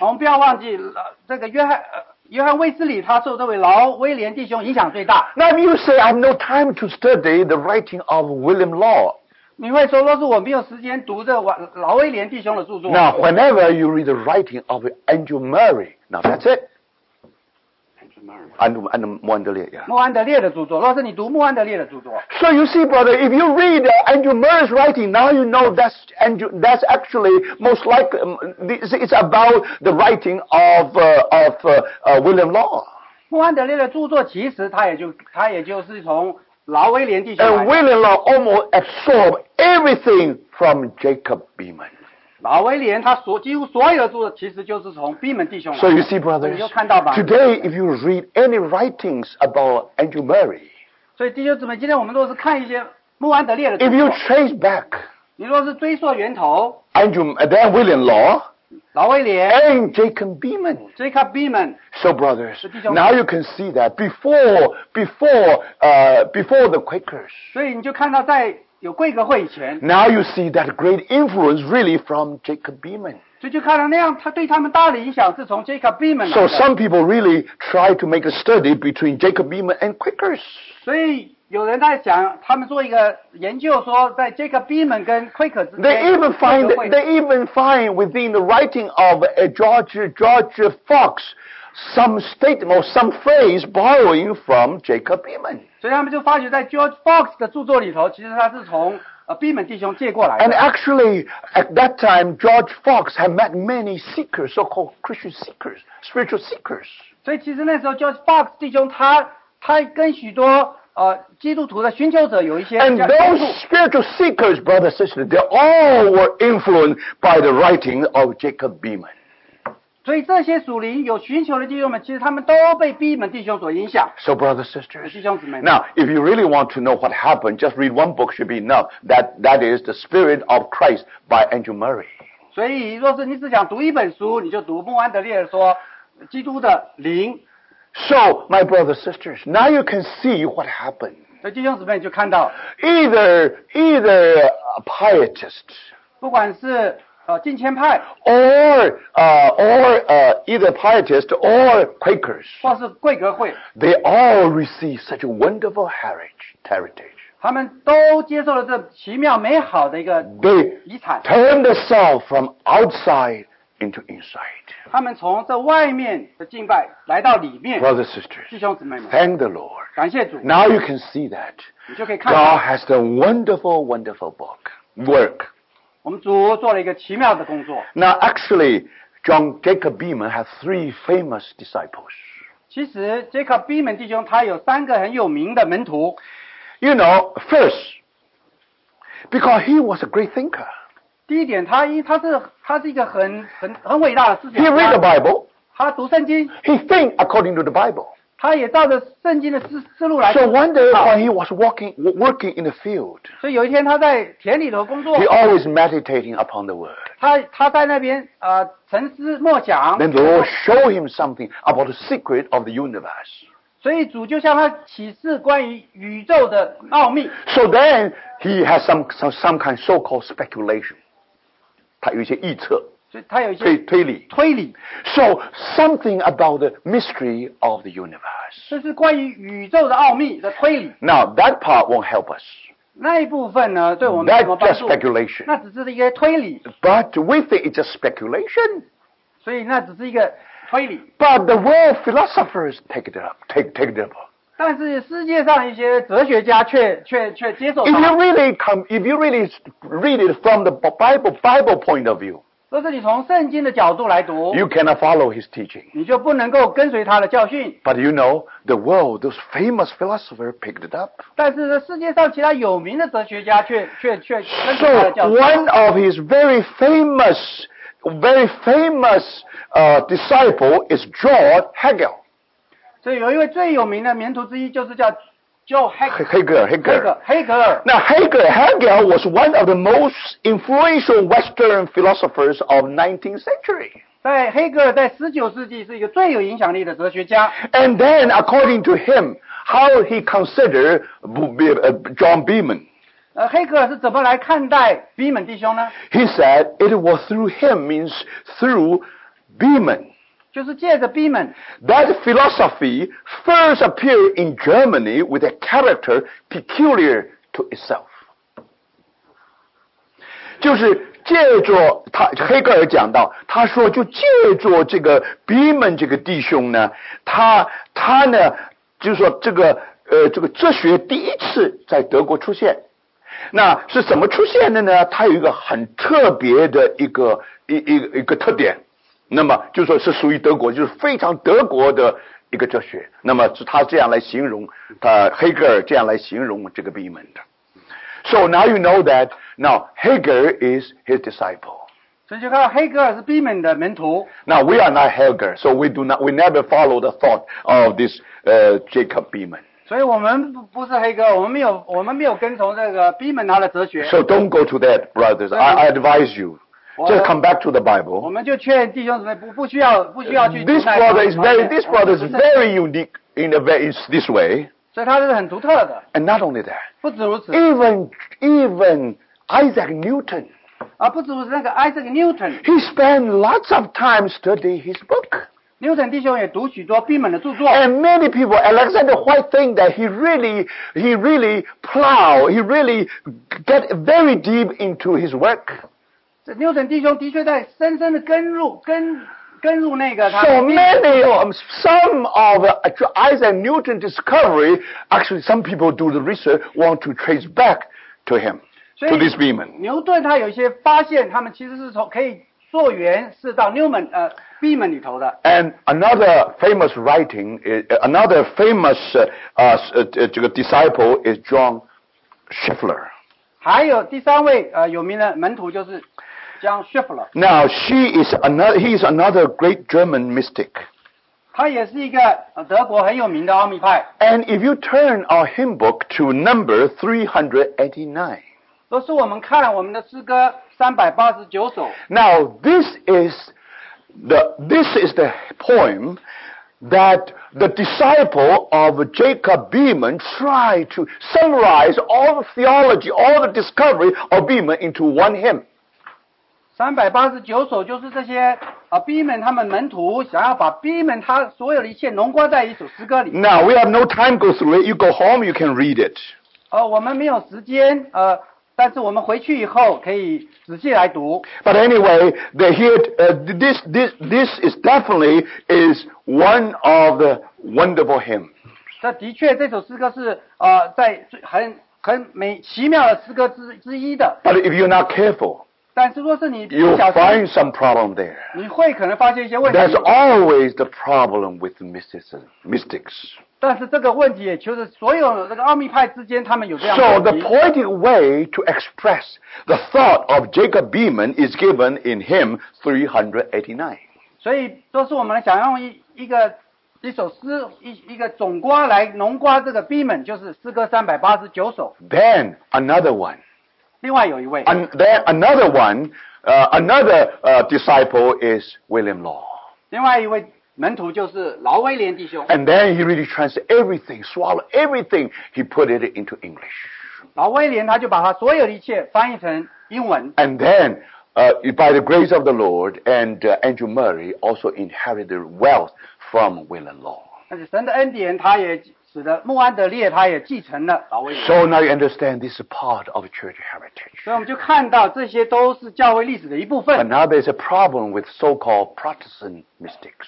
我们不要忘记，呃、这个约翰、呃、约翰卫斯理，他受这位劳威廉弟兄影响最大。
Now, if you say, I have no time to study the writing of William Law.
你会说，若是我没有时间读这劳劳威廉弟兄的著作，
Now, whenever you read the writing of Andrew Murray, now that's it. Andrew, Andrew Murray, yeah.
穆安德烈的著作，若是你读穆安德烈的著作，
So you see, brother, if you read uh, Andrew Murray's writing, now you know that's Andrew, that's actually most likely um, this, it's about the writing of uh, of uh, uh, William Law.
穆安德烈的著作其实他也就他也就是从劳威廉弟兄来
And William Law almost absorbed everything from Jacob Beeman.
老威廉他所几乎所有的著作，其实就是从闭门弟兄来的。
So you see,
你
brothers,
就看到吧。
today if you read any writings about Andrew Murray,
所以弟兄姊妹，今天我们若是看一些穆安德烈的著
if you
作，
trace back
你若是追溯源头，
Andrew, uh, then William Law
老威廉、
and Jacob Beeman.
Jacob Beeman，
So, brothers,
Sir,
now you can see that before, before, uh, before the Quakers,
所以你就看到在有贵格会以前，
now you see that great influence really from Jacob Beeman.
所以就看到那样，他对他们大的影响是从 Jacob Beeman 来
So
的。
some people really try to make a study between Jacob Beeman and Quakers.
所以有人在讲，他们做一个研究说，在 Jacob Beeman 跟 Quaker 之
They
间，
even find
贵格会
they even find within the writing of uh, George George Fox some statement or some phrase borrowing from Jacob Beeman.
所以他们就发觉，在 George Fox 的著作里头，其实他是从呃 Beeman 弟兄借过来
And
的。
actually, at that time, George Fox had met many seekers, so-called Christian seekers, spiritual seekers.
所以其实那时候 George Fox 弟兄他他跟许多呃基督徒的寻求者有一些
And
这样接
those
触
spiritual seekers, brothers and sisters, they all were influenced by the writing of Jacob Beeman.
所以这些属灵有寻求的弟兄们，其实他们都被 Beeman 弟兄所影响。
So, brothers and sisters,
弟兄姊妹们
now if you really want to know what happened, just read one book should be enough. That that is The Spirit of Christ by Andrew Murray.
所以若是你只想读一本书，你就读穆安德烈说基督的灵。
So, my brothers and sisters, now you can see what happened.
所以弟兄姊妹就看到，
Either either a pietist
不管是呃近迁派，
or uh, or uh, either pietist or Quakers,
或是贵格会，
they all received such a wonderful heritage. Heritage.
他们都接受了这奇妙美好的一个
They
遗产。
turned themselves from outside into inside.
他们从这外面的敬拜来到里面，
Brothers and sisters.
弟兄姊妹们，
Thank the Lord.
感谢主，
Now you can see that
你就可以看
God
到
has done wonderful, wonderful book work.
我们主做了一个奇妙的工作。
Now, actually, John Jacob Beeman had three famous disciples.
其实杰克 B 门弟兄他有三个很有名的门徒，
You know, first, because he was a great thinker,
第一点，他一他是他是一个很很很伟大的思
he read
想
the
家，
Bible,
他读圣经，
he think according to the Bible.
他也照着圣经的思思路来。
So one day,
好
when he was walking, w- working in the field,
所以有一天他在田里头工作
he，always meditating upon the word.
他他在那边呃沉思默想，
Then the Lord showed him something about the secret of the universe.
所以主就向他启示关于宇宙的奥秘。
So then he has some some, some kind of so-called speculation. 他有一些臆测、推-
所以他有一些
推理。
推理，
So something about the mystery of the universe.
这是关于宇宙的奥秘的推理
Now that part won't help us.
那一部分呢，对我们没什么
That's
帮
just
助？
speculation.
那只是一个推理，
But we think it's just speculation.
所以那只是一个推理。
But the world philosophers take it up, take take it up.
但是世界上一些哲学家却却却接受
If
它。
you really come, if you really read it from the Bible Bible point of view,
若是你从圣经的角度来读，
you cannot follow his teaching.
你就不能够跟随他的教训。
But you know, the world, those famous philosophers picked it up.
但是世界上其他有名的哲学家却却却跟随他的
So
教训。
one of his very famous, very famous uh, disciple is George Hegel.
所以有一位最有名的门徒之一，就是叫 Joe
He-
Heg-
Hegel,
黑
Hegel.
格黑格尔。
Now Hegel, Hegel was one of the most influential Western philosophers of 19th century.
在黑格尔在十九世纪是一个最有影响力的哲学家。
And then, according to him, how he considered B- B- uh, John Beeman,
呃，黑格尔是怎么来看待比门弟兄呢？
he said it was through him means through Beeman.
就是借着比门，
That philosophy first appeared in Germany with a character peculiar to itself. 就是借着他黑格尔讲到，他说就借着这个 Beeman 这个弟兄呢，他他呢，就是说这个呃这个哲学第一次在德国出现，那是怎么出现的呢？它有一个很特别的一个一一个一个特点，那么就说是属于德国，就是非常德国的一个哲学。那么是他这样来形容，他黑格尔这样来形容这个闭门的。So now you know that now Hegel is his disciple.
所以就看到黑格尔是闭门的门徒，
Now we are not Hegel, so we do not we never follow the thought of this uh, Jacob Beeman.
所以我们不不是黑格尔，我们没有我们没有跟从这个闭门他的哲学，
So don't go to that, brothers. I, I advise you. Just come back to the
我
Bible.
们就劝弟兄姊妹不不需要不需要去
This
读那一套
brother is very this
我们
brother
不是
is very unique in a way is this way.
所以他是很独特的。
And not only that,
不止如此
even even Isaac Newton,
啊，不止如此，那个 Isaac Newton，Newton
he spent lots of time studying his book.
弟兄也读许多闭门的著作，
And many people, Alexander White, think that he really, he really plow, he really get very deep into his work.
这 Newton 弟兄的确在深深的跟入跟跟入那个他
So
的
many of some of uh, Isaac Newton's discovery, actually, some people do the research want to trace back to him,
所
to
以
this Beeman.
牛顿他有一些发现，他们其实是从可以溯源是到 Newman 呃 Beeman 里头的。
And another famous writing, is- another famous uh, uh, s- uh, t- uh, disciple is John Scheffler.
还有第三位呃有名的门徒就是江 Scheffler，
Now she is another, he is another great German mystic.
他也是一个呃德国很有名的奥秘派。
And if you turn our hymn book to number 389,
若是我们看我们的诗歌三百八十九首，
now this is the, this is the poem that the disciple of Jacob Beeman tried to summarize all the theology, all the discovery of Beeman into one hymn.
三百八十九首就是这些啊逼门他们门徒想要把逼门他所有的一切浓缩在一首诗歌里。
Now we have no time go through it. You go home, you can read it.
呃，我们没有时间，呃，但是我们回去以后可以仔细来读。
But anyway, the hit, uh, this, this, this is definitely is one of the wonderful hymns.
这的确这首诗歌是呃在最很很美奇妙的诗歌之之一的。
But if you're not careful,
但是若是你不
you'll
小心，
find some problem there.
你会可能发现一些问
That's
题。
always the problem with mysticism, mystics.
但是这个问题也就是所有这个奥秘派之间他们有这样
So
的
the
问题。
poetic way to express the thought of Jacob Beeman is given in hymn 389.
所以都是我们想用一一个一首诗一一个总瓜来浓瓜这个 B 门，就是诗歌三百八十九首。
Then another one.
另外有一位，
And then another one, uh, another uh, disciple is William Law.
另外一位门徒就是劳威廉弟兄。
And then he really translates everything, swallow everything. He put it into English.
劳威廉他就把他所有的一切翻译成英文，
And then, uh, by the grace of the Lord, and uh, Andrew Murray also inherited wealth from Will and Law.
而且神的恩典，他也使得穆安德烈他也继承了劳威廉。
So now you understand this is part of church heritage.
所以我们就看到这些都是教会历史的一部
But
分。
now there's a problem with so-called Protestant mystics.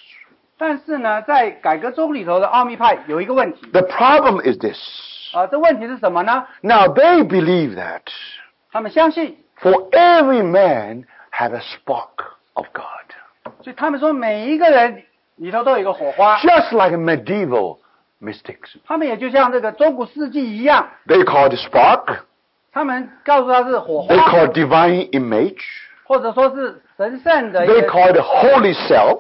但是呢，在改革宗里头的奥秘派有一个问题，
The problem is this.
啊、这问题是什么呢？
Now they believe that
他们相信
for every man had a spark of God.
所以他们说每一个人里头都有一个火花，
Just like medieval mystics.
他们也就像这个中古世纪一样，
They call it spark.
他们告诉他是火
They
花，
call it divine image.
或者说是神圣的一
They
个，
call it holy self.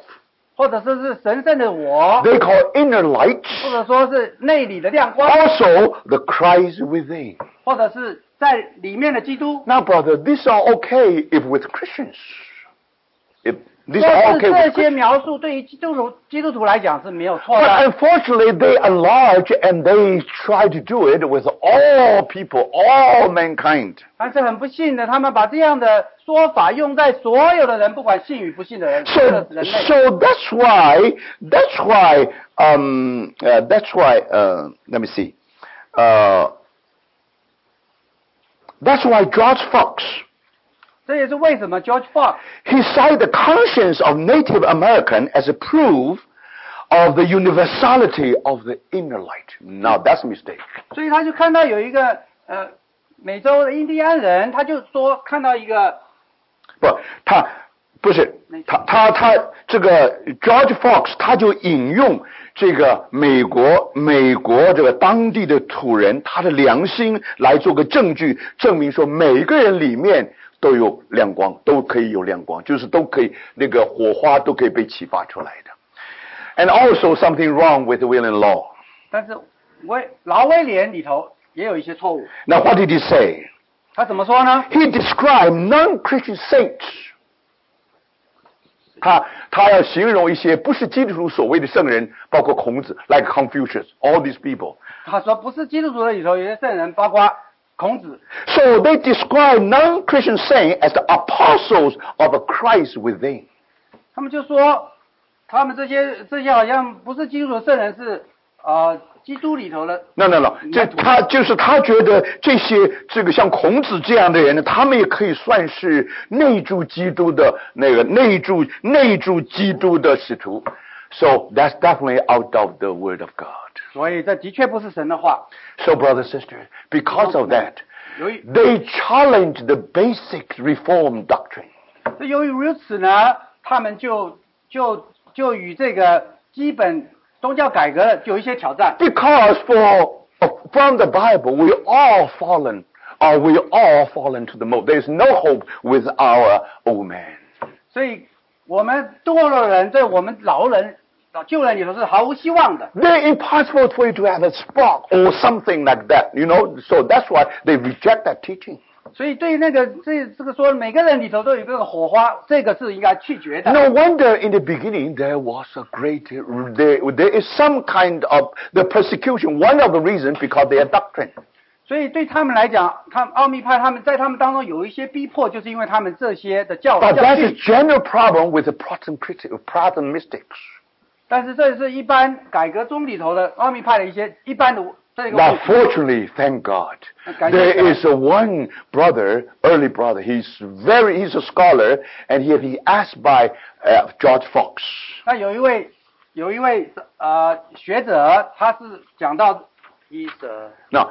或者说是神圣的我，
They call it inner light.
或者说是内里的亮光，
Also, the Christ within.
或者是在里面的基督。
Now, brother, these are okay if with Christians. If these
但是
are okay
这
with
些
Christians.
描述对于基督徒基督徒来讲是没有错
But
的，
unfortunately, they enlarge and they try to do it with all people, all mankind.
但是很不幸的，他们把这样的说法用在所有的人，不管信与不信的人，所有
So,
的人类。
so that's why, that's why, um, uh, that's why, uh, let me see. Uh, that's why George Fox,
这也是为什么 George Fox
He cited the conscience of Native American as a proof of the universality of the inner light. Now that's a mistake.
所以他就看到有一个呃美洲的印第安人，他就说看到一个
不，他不是他他他这个 George Fox，他就引用这个美国美国这个当地的土人他的良心来做个证据，证明说每个人里面都有亮光，都可以有亮光，就是都可以那个火花都可以被启发出来的。And also something wrong with the will and law.
但是威劳威廉里头也有一些错误，
Now what did he say?
他怎么说呢？
He described non-Christian saints. 他他要形容一些不是基督徒所谓的圣人，包括孔子，like Confucius, all these people.
他说不是基督徒的里头有些圣人，包括孔子，
So they describe non-Christian saints as the apostles of a Christ within.
他们就说他们这些这些好像不是基督徒的圣人是呃基督里头的，
No, no, no. 这他就是他觉得这些这个像孔子这样的人呢，他们也可以算是内住基督的那个内住内住基督的使徒。So that's definitely out of the word of God.
所以这的确不是神的话。
So brother sister, because of that,
由于
they challenge the basic reform doctrine.
这由于如此呢，他们就就就与这个基本宗教改革就有一些挑战，
Because for from the Bible, we all fallen, or we all fallen to the mold. There is no hope with our old man.
所以我们堕落的人对我们老人、老旧人里头是毫无希望的，
They're impossible for you to have a spark or something like that, you know. So that's why they reject that teaching.
所以对那个这这个说每个人里头都有一个火花，这个是应该拒绝的。
No wonder in the beginning there was a great there, there is some kind of the persecution. One of the reasons because their doctrine.
所以对他们来讲，他们奥秘派他们在他们当中有一些逼迫，就是因为他们这些的教
But
教
that's a
训。
general problem with the Protestant criti- Protestant mystics.
但是这是一般改革宗里头的奥秘派的一些一般的这个
Now,
问题。
fortunately, thank God,
Okay,
there
yeah.
is a one brother, early brother. He's very, he's a scholar, and he he asked by uh, George Fox.
那有一位有一位呃学者，他是讲到一者
Now,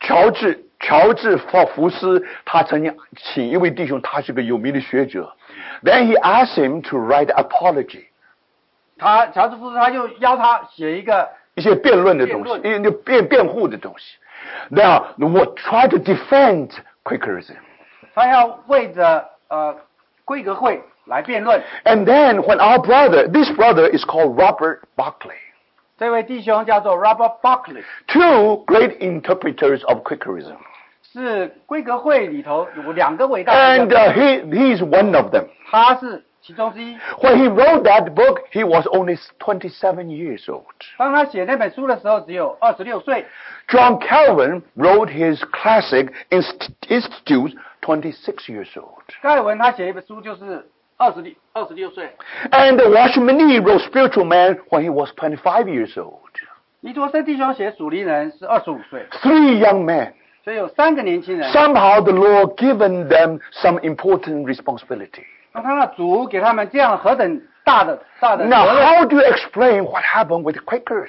乔治乔治霍福斯，他曾经请一位弟兄，他是个有名的学者。Then he asked him to write apology，
他乔治·福斯他就邀他写一个，
一些辩论的东西，一些辩辩护的东西。Now, 我 try to defend Quakerism.
他要为着呃规格会来辩论。
And then when our brother, this brother is called Robert Buckley.
这位弟兄叫做 Robert Buckley，
two great interpreters of Quakerism.
是规格会里头有两个伟大的
And
人，
uh, he, he is one of them.
他是其中之一。
When he wrote that book, he was only 27 years old.
当他写那本书的时候，只有二十六岁。
John Calvin wrote his classic Inst- Institute 26 years old.
盖文他写一本书就是二十六二十六岁，
And Washington Nee wrote Spiritual Man when he was 25 years old.
尼托森弟兄写《属灵人》是二十五岁，
Three young men.
所以有三个年轻人。
Somehow the Lord given them some important responsibility.
那他的主给他们这样何等大的大的
Now,
责任，
how do you explain what happened with Quakers?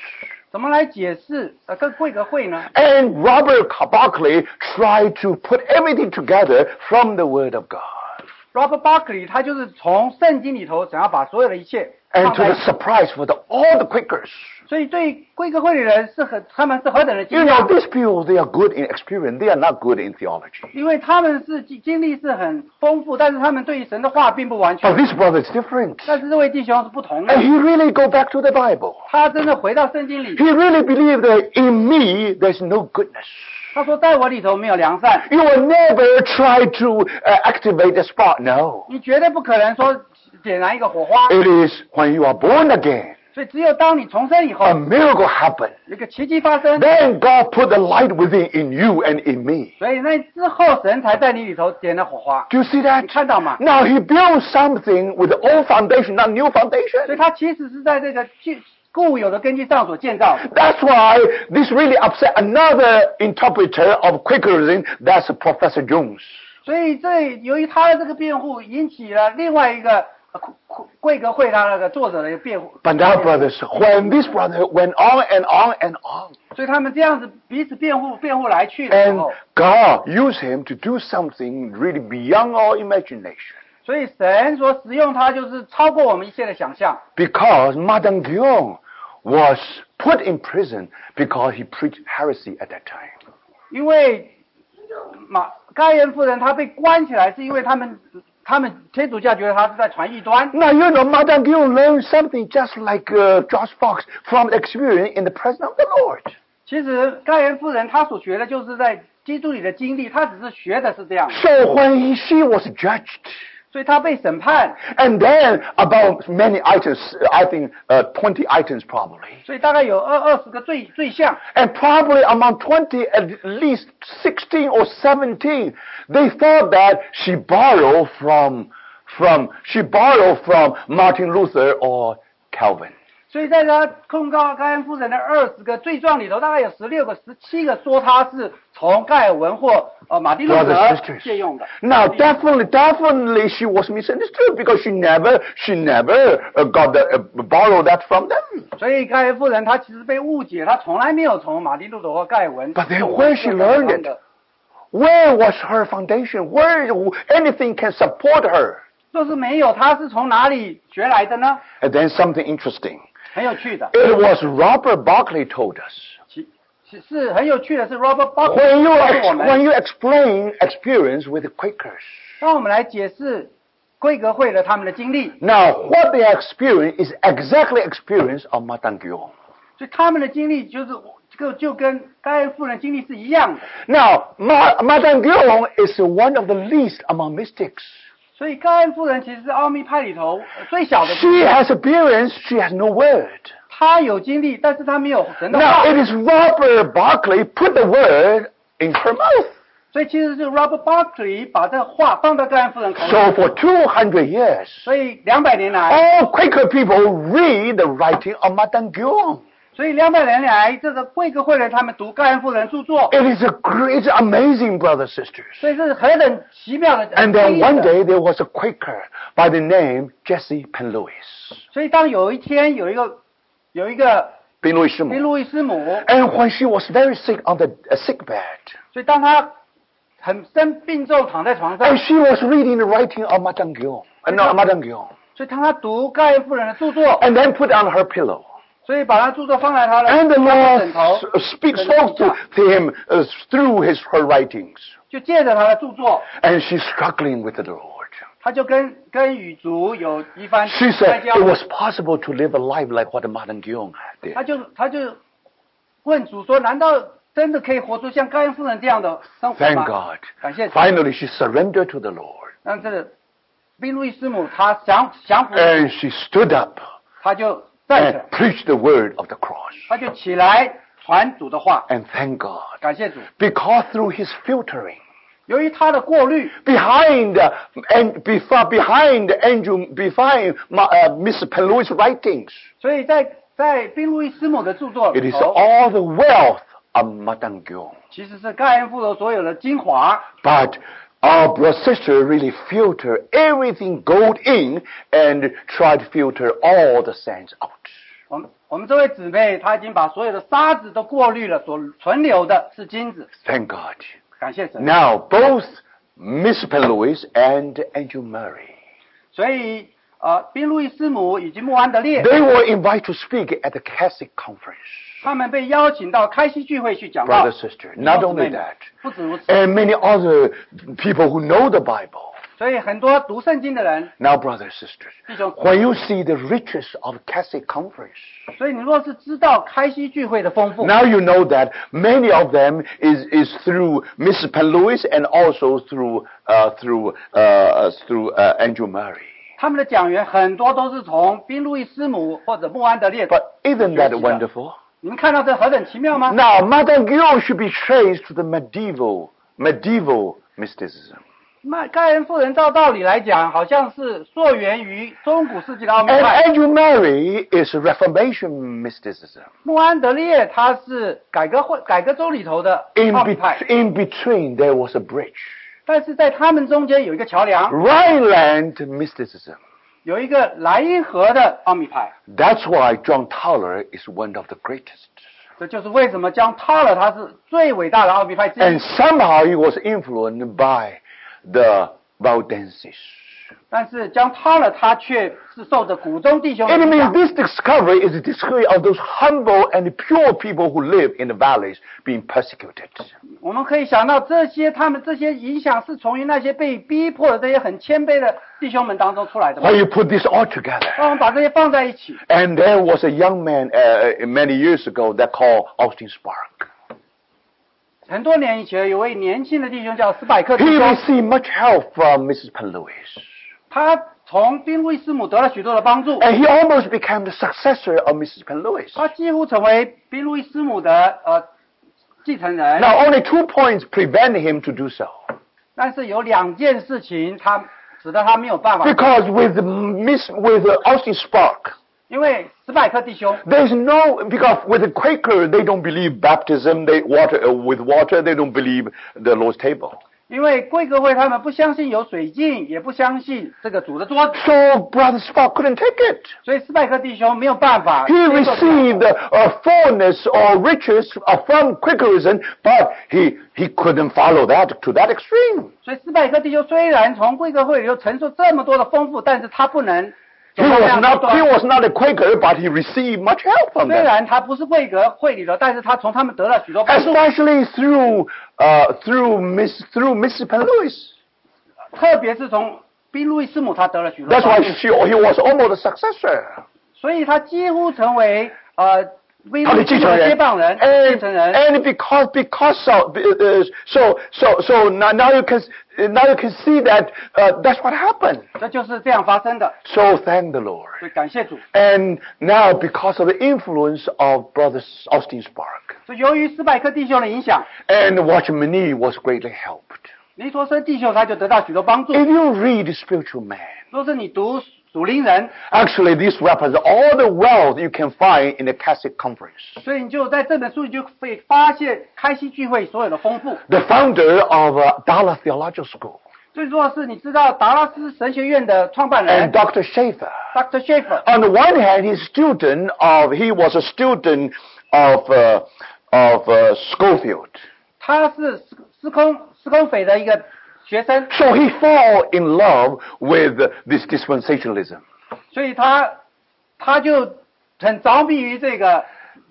怎么来解释呃跟贵格会呢？
And Robert Buckley tried to put everything together from the Word of God
Robert Buckley 他就是从圣经里头想要把所有的一切
and
放
to
在
the，surprise for the, all the Quakers.
所以对贵格会的人是很他们是何等的惊
You know,
讶，
these people, they are good in experience. They are not good in theology.
因为他们是经经历是很丰富，但是他们对于神的话并不完全。
But this brother is different.
但是这位弟兄是不同的
Oh, And，he really go back to the Bible.
他真的回到圣经里
He，really believed that in me, there's no goodness.
他说在我里头没有良善，
You will never try to uh, activate the spark. No.
你绝对不可能说点燃一个火花，
It is when you are born again,
所以只有当你重生以后
a，miracle happens.
有一个奇迹发生。
Then God put the light within in you and in me.
所以那之后，神才在你里头点了火花，
Do you see that?
你看到吗？
Now he built something with the old foundation, not new
所以
foundation.
它其实是在这个基固有的根基上所建造的。
That's why this really upset another interpreter of Quakerism, that's Professor Jones.
所以这由于他的这个辩护，引起了另外一个呃库库贵格会他那个作者的一个辩护。
But now, brothers, when this brother went on and on and on,
所以他们这样子彼此辩护，辩护来去的时
and
候，
God used him to do something really beyond our imagination.
所以神所使用它就是超过我们一切的想象。
Because Madame Guillaume was put in prison because he preached heresy at that time.
因为马盖恩夫人她被关起来，是因为他们他们天主教觉得她是在传异端。
Now, you know, Madame Gill learned something just like uh, Josh Fox from experience in the presence of the Lord.
其实盖恩夫人她所学的就是在基督里的经历，她只是学的是这样，
So when he, she was judged,
所以她被审判，
and then about many items, I think uh, 20 items probably,
所以大概有二二十个罪罪项，
and probably among 20, at least 16 or 17, they thought that she borrowed from, from, she borrowed from Martin Luther or Calvin.
所以在她控告盖恩夫人的二十个罪状里头，大概有十六个、十七个说她是从盖尔文或呃马丁路
Brothers,
德
sisters.
借用的。
Now, definitely, definitely, she was misunderstood because she never, she never uh, got the, uh, borrowed that from them.
所以盖恩夫人她其实被误解，她从来没有从马丁路德或盖文。
But then when she learned it- Where was her foundation? Where anything can support her?
若是没有，她是从哪里学来的呢？
And then something interesting.
很有趣的，
It was Robert Barclay told us.
其其是很有趣的是 Robert b a c
When you,
告诉我
ex-
们
when you explain experience with the Quakers,
让我们来解释贵格会的他们的经历。
now what they experience is exactly experience of Madame Guillaume.
所以他们的经历就是就就跟盖恩夫人经历是一样的。
Now, Ma- Madame Guillaume is one of the least among mystics.
所以盖恩夫人其实是奥秘派里头呃最小的，
She has appearance, she has no word.
她有经历，但是她没有神的
Now,
话。
it is Robert Barclay put the word in her mouth.
所以其实是 Robert Barclay 把这话放到盖恩夫人口里。
So for 200 years,
所以两百年来，
all Quaker people read the writing of Madame Guillaume.
所以两百年来，这个贵格会人他们读盖恩夫人著作，
It is a great, amazing, brothers sisters.
所以这是何等奇妙的。
And then one day there was a Quaker by the name Jesse Penlewis.
所以当有一天有一个有一个
Penlewis
被
Shimo.
路易斯母，
And when she was very sick on the uh, sick bed,
所以当她很生病之后躺在床上
and，she was reading the writing of Madame Guillaume, uh, no, Madame Guillaume,
所以当她读盖恩夫人的著作，
and then put on her pillow.
所以把她著作放在她的
哎 And the
她的枕
Lord
头，
s- speaks spoke to to him uh, through his her writings,
就借着她的著作，
and she's struggling with the Lord.
她就跟跟与主有一番
She
摔
said
跤
it，was possible to live a life like what Madame Guillaume did.
她就她就问主说：难道真的可以活出像盖恩夫人这样的生活
Thank
吗？
God.
感谢主，
Finally, she surrendered to the Lord
让这个宾路易斯母她降
哎
降服，
and she stood up
她就站起来
and，preached the word of the cross.
她就起来传主的话，
And thank God.
感谢主。
Because through his filtering,
由于她的过滤，
behind uh, and before, behind Andrew, behind Ma- uh, Miss Pellou's writings,
所以在在宾路易斯母的著作
it
里
is
头，
all the wealth of Madame Guillaume.
其实是盖恩富有所有的精华。
But our brother sister really filter everything gold in and try to filter all the sands out.
我们我们这位姊妹，她已经把所有的沙子都过滤了，所存留的是金子。
Thank God.
感谢神。
Now both Miss Pellouis and Andrew Murray,
所以呃，宾路易斯母以及穆安德烈，
they were invited to speak at the Catholic conference.
他们被邀请到开西聚会去讲道
Brother,。sister, not
弟兄姊
only
妹们
that, 哎
不止如此，
and many other people who know the Bible.
所以很多读圣经的人，
Now, brothers, sisters,
弟兄，
when you see the riches of Catholic conference,
所以你若是知道开西聚会的丰富，
Now you know that many of them is, is through Mrs. Penlewis and also through uh, through uh, uh, through uh, Andrew Murray.
他们的讲员很多都是从宾路易斯母或者穆安德烈。
But isn't that
Yes,
wonderful?
你们看到这何等奇妙吗？
Now Madame Guillaume should be traced to the medieval medieval mysticism.
那盖恩夫人照道理来讲，好像是溯源于中古世纪的奥秘
And
派。
Andrew Murray is Reformation mysticism.
穆安德烈他是改革会改革州里头的
In,
奥秘
bet-
派，
in between there was a bridge.
但是在他们中间有一个桥
嗯
梁，
Rhineland mysticism.
有一个莱茵河的奥秘派。
That's why John Towler is one of the greatest.
这就是为什么将塔勒他是最伟大的奥秘派之
And
一。
somehow he was influenced by the Valdenses.
但是将他了，他却是受着股中弟兄的
And I
影
mean,
响。
this discovery is a discovery of those humble and pure people who live in the valleys being persecuted.
我们可以想到，这些他们这些影响是从于那些被逼迫的这些很谦卑的弟兄们当中出来的嘛
Why。you put this all together?
让我们把这些放在一起。
And there was a young man uh, many years ago that called Austin Spark.
很多年以前，有位年轻的弟兄叫斯百克
He
弟兄，
received much help from Mrs. Penn Lewis.
他从宾路易斯姆得了许多的帮助，
And he almost became the successor of Mrs. Penn Lewis.
他几乎成为宾路易斯姆的呃继承人。
Now, only two points prevented him to do so.
但是有两件事情，他使得他没有办法，
Because with Miss, with uh, Austin Spark,
因为斯百克弟兄，
There's no because with the Quaker they don't believe baptism. They water uh, with water. They don't believe the Lord's table.
因为贵格会他们不相信有水镜，也不相信这个主的桌子，
So Brother Spock couldn't take it.
所以斯百克弟兄没有办法
He
接受这个
received uh, fullness or riches uh, from Quakerism, but he he couldn't follow that to that extreme.
所以斯百克弟兄虽然从贵格会里头承受这么多的丰富，但是他不能走
He
到这
was
样的
not
段
he was not a Quaker, but he received much help from
虽
them,
然他不是贵格会里头，但是他从他们得了许多帮助，
especially through uh, through Miss through Mrs. Penn Lewis.
特别是从宾路易斯姆他得了许多
That's
帮
why
助，
she, he was almost a successor.
所以他几乎成为呃宾
他
路
的
易斯
继
姆
承
的
人哎
接棒人、继
，and
承人。
and because because so uh, so so so now now you can now you can see that uh, that's what happened.
这就是这样发生的，
So thank the Lord.
所以感谢主。
And now because of the influence of Brother Austin Spark
所以由于斯派克弟兄的影响，
and Watchman Nee was greatly helped.
尼陀生弟兄他就得到许多帮助。
If you read Spiritual Man,
若是你读属灵人，
actually this represents all the wealth you can find in the Catholic Conference.
所以你就在这本书你就会发现开西聚会所有的丰富。
The founder of uh, Dallas Theological School
最重要的是，你知道达拉斯神学院的创办
and
人
Dr. Schaefer.
Dr. Schaefer，
on the one hand, he's student of he was a student of uh, of uh, Schofield,
他是斯斯空斯空匪的一个学生，
so he fall in love with this dispensationalism.
所以他他就很着迷于这个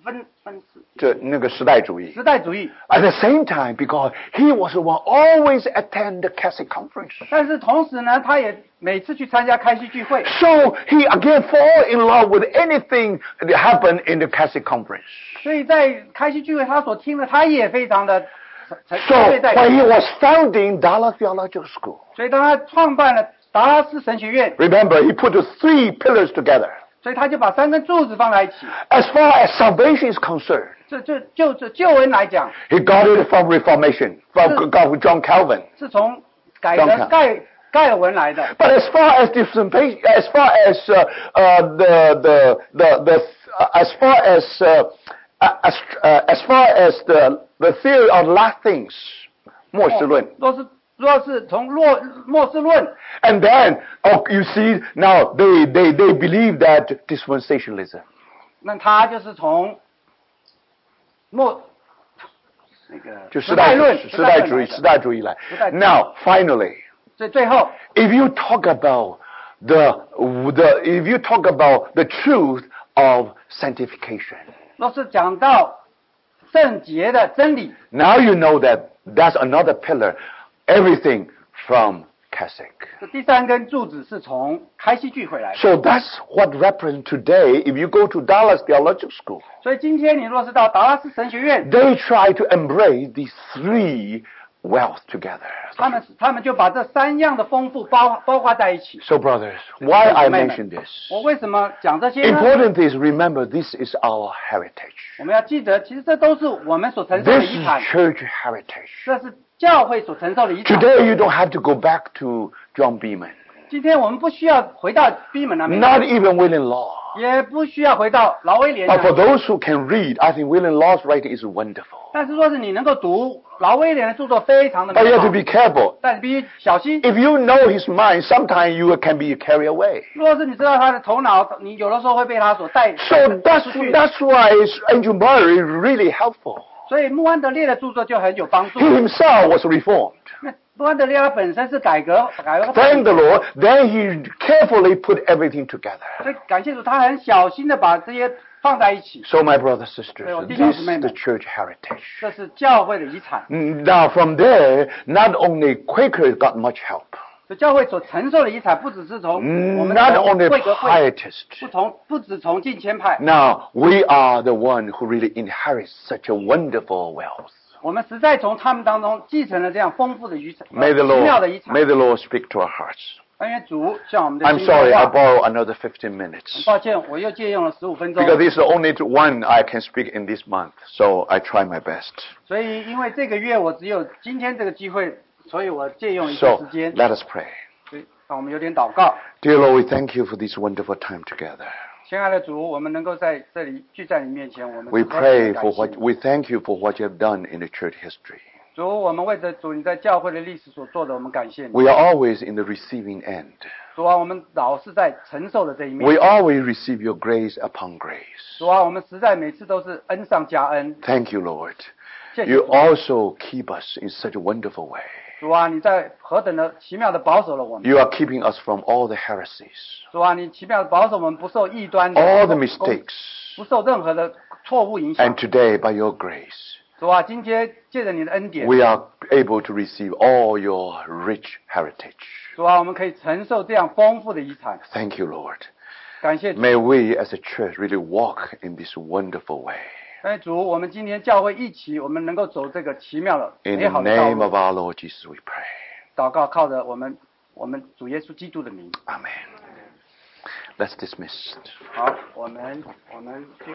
分分
这那个时代主义。
时代主义，
At the same time, because he was the one always attend the Catholic conference,
但是同时呢，他也每次去参加开西聚会，
so he again fall in love with anything that happened in the Catholic conference.
所以在开西聚会他所听的，他也非常的沉
So
沉醉在里
when
面。
he was founding Dallas Theological School,
所以当他创办了达拉斯神学院，
remember he put the three pillars together.
所以他就把三根柱子放在一起。
As far as salvation is concerned.
这这就这旧文来讲，
He got it from Reformation,
Hmm.
from God- John Calvin.
是从改
中
革
产
盖盖尔文来的。
But as far as dispensation, as far as uh, uh, the the the, the uh, as far as uh, as, uh, as far as the the theory of last things, 末世论.
哦若是若是从洛末世论，
And then, oh, you see, now they they they believe that dispensationalism.
那他就是从末那个时代论、时代论来的时代主义。
就时代主义、时代主义来。Now, finally.
所以最后，
if you talk about the, the if you talk about the truth of sanctification
若是讲到圣洁的真理，
now you know that that's another pillar everything from Catholic
这第三根柱子是从开西聚回来的。
so that's what represents today if you go to Dallas Theological School
所以今天你若是到达拉斯神学院，
they try to embrace these three wealth together
他们他们就把这三样的丰富包包括在一起。
so brothers why I mention this
我为什么讲这些呢？
important is remember this is our heritage
我们要记得，其实这都是我们所承受
this
的遗
is
产，
church heritage
这是教会所承受的遗产。
Today you don't have to go back to John Beeman.
今天我们不需要回到闭门那边，
Not even William Law.
也不需要回到劳威廉那啊
But for
边。
those who can read, I think William Law's writing is wonderful.
但是若是你能够读劳威廉的著作，非常的
But
美
you have
好
to，be careful.
但是必须小心。
If you know his mind, sometimes you can be carried away.
若是你知道他的头脑，你有的时候会被他所带
So
带
that's
出去。
that's why Andrew Murray really helpful.
所以穆安德烈的著作就很有帮助
He。himself was reformed.
那安德烈他本身是改革改革派
Thank the Lord. Then he carefully put everything together.
所以感谢主，他很小心的把这些放在一起，
So, my brothers sisters,
Well,
this
this
is
is my-
the church heritage.
这是教会的遗产。
Now, from there, not only Quakers got much help,
所以教会所承受的遗产，不只是从我们
Mm, not
的
only
贵格会，
Pietists.
不从不只从近前派，
Now, we are the one who really inherits such a wonderful wealth.
我们实在从他们当中继承了这样丰富的遗产，
May the
奇妙的遗
Lord,
产
may。the Lord speak to our hearts.
但愿主向我们的
I'm
心说
sorry, 啊
话
I borrow another 15 minutes
抱歉，我又借用了十五分钟，
because this is the only one I can speak in this month, so I try my best.
所以因为这个月我只有今天这个机会，所以我借用一些
So
时间，
let us pray.
所以啊让我们有点祷告。
Dear Lord, we thank you for this wonderful time together.
亲爱的主，我们能够在这里聚在你面前，我们
We
实在是
pray
感
for
谢
what
你
we thank you for what you have done in the church history.
主，我们为着主你在教会的历史所做的，我们感谢你。
We are always in the receiving end.
主啊，我们老是在承受的这一面
We。always receive your grace upon grace.
主啊，我们实在每次都是恩上加恩，
Thank you, Lord.
谢谢
You
主啊
also keep us in such a wonderful way.
主啊，你在何等的奇妙的保守了我们。
You are keeping us from all the heresies,
主啊，你奇妙的保守我们不受异端的
all the
攻
mistakes.
不受任何的错误影响
And。today, by your grace,
主啊，今天借着你的恩典，
we are able to receive all your rich heritage.
主啊，我们可以承受这样丰富的遗产。
Thank you, Lord.
感谢主，
May we as a church really walk in this wonderful way.
哎，主，我们今天教会一起，我们能够走这个奇妙的、
In
美
the
好的道
name
路
of。our Lord Jesus, we pray.
祷告靠着我们，我们主耶稣基督的名。
Amen. Let's dismiss.
好，我们我们聚会。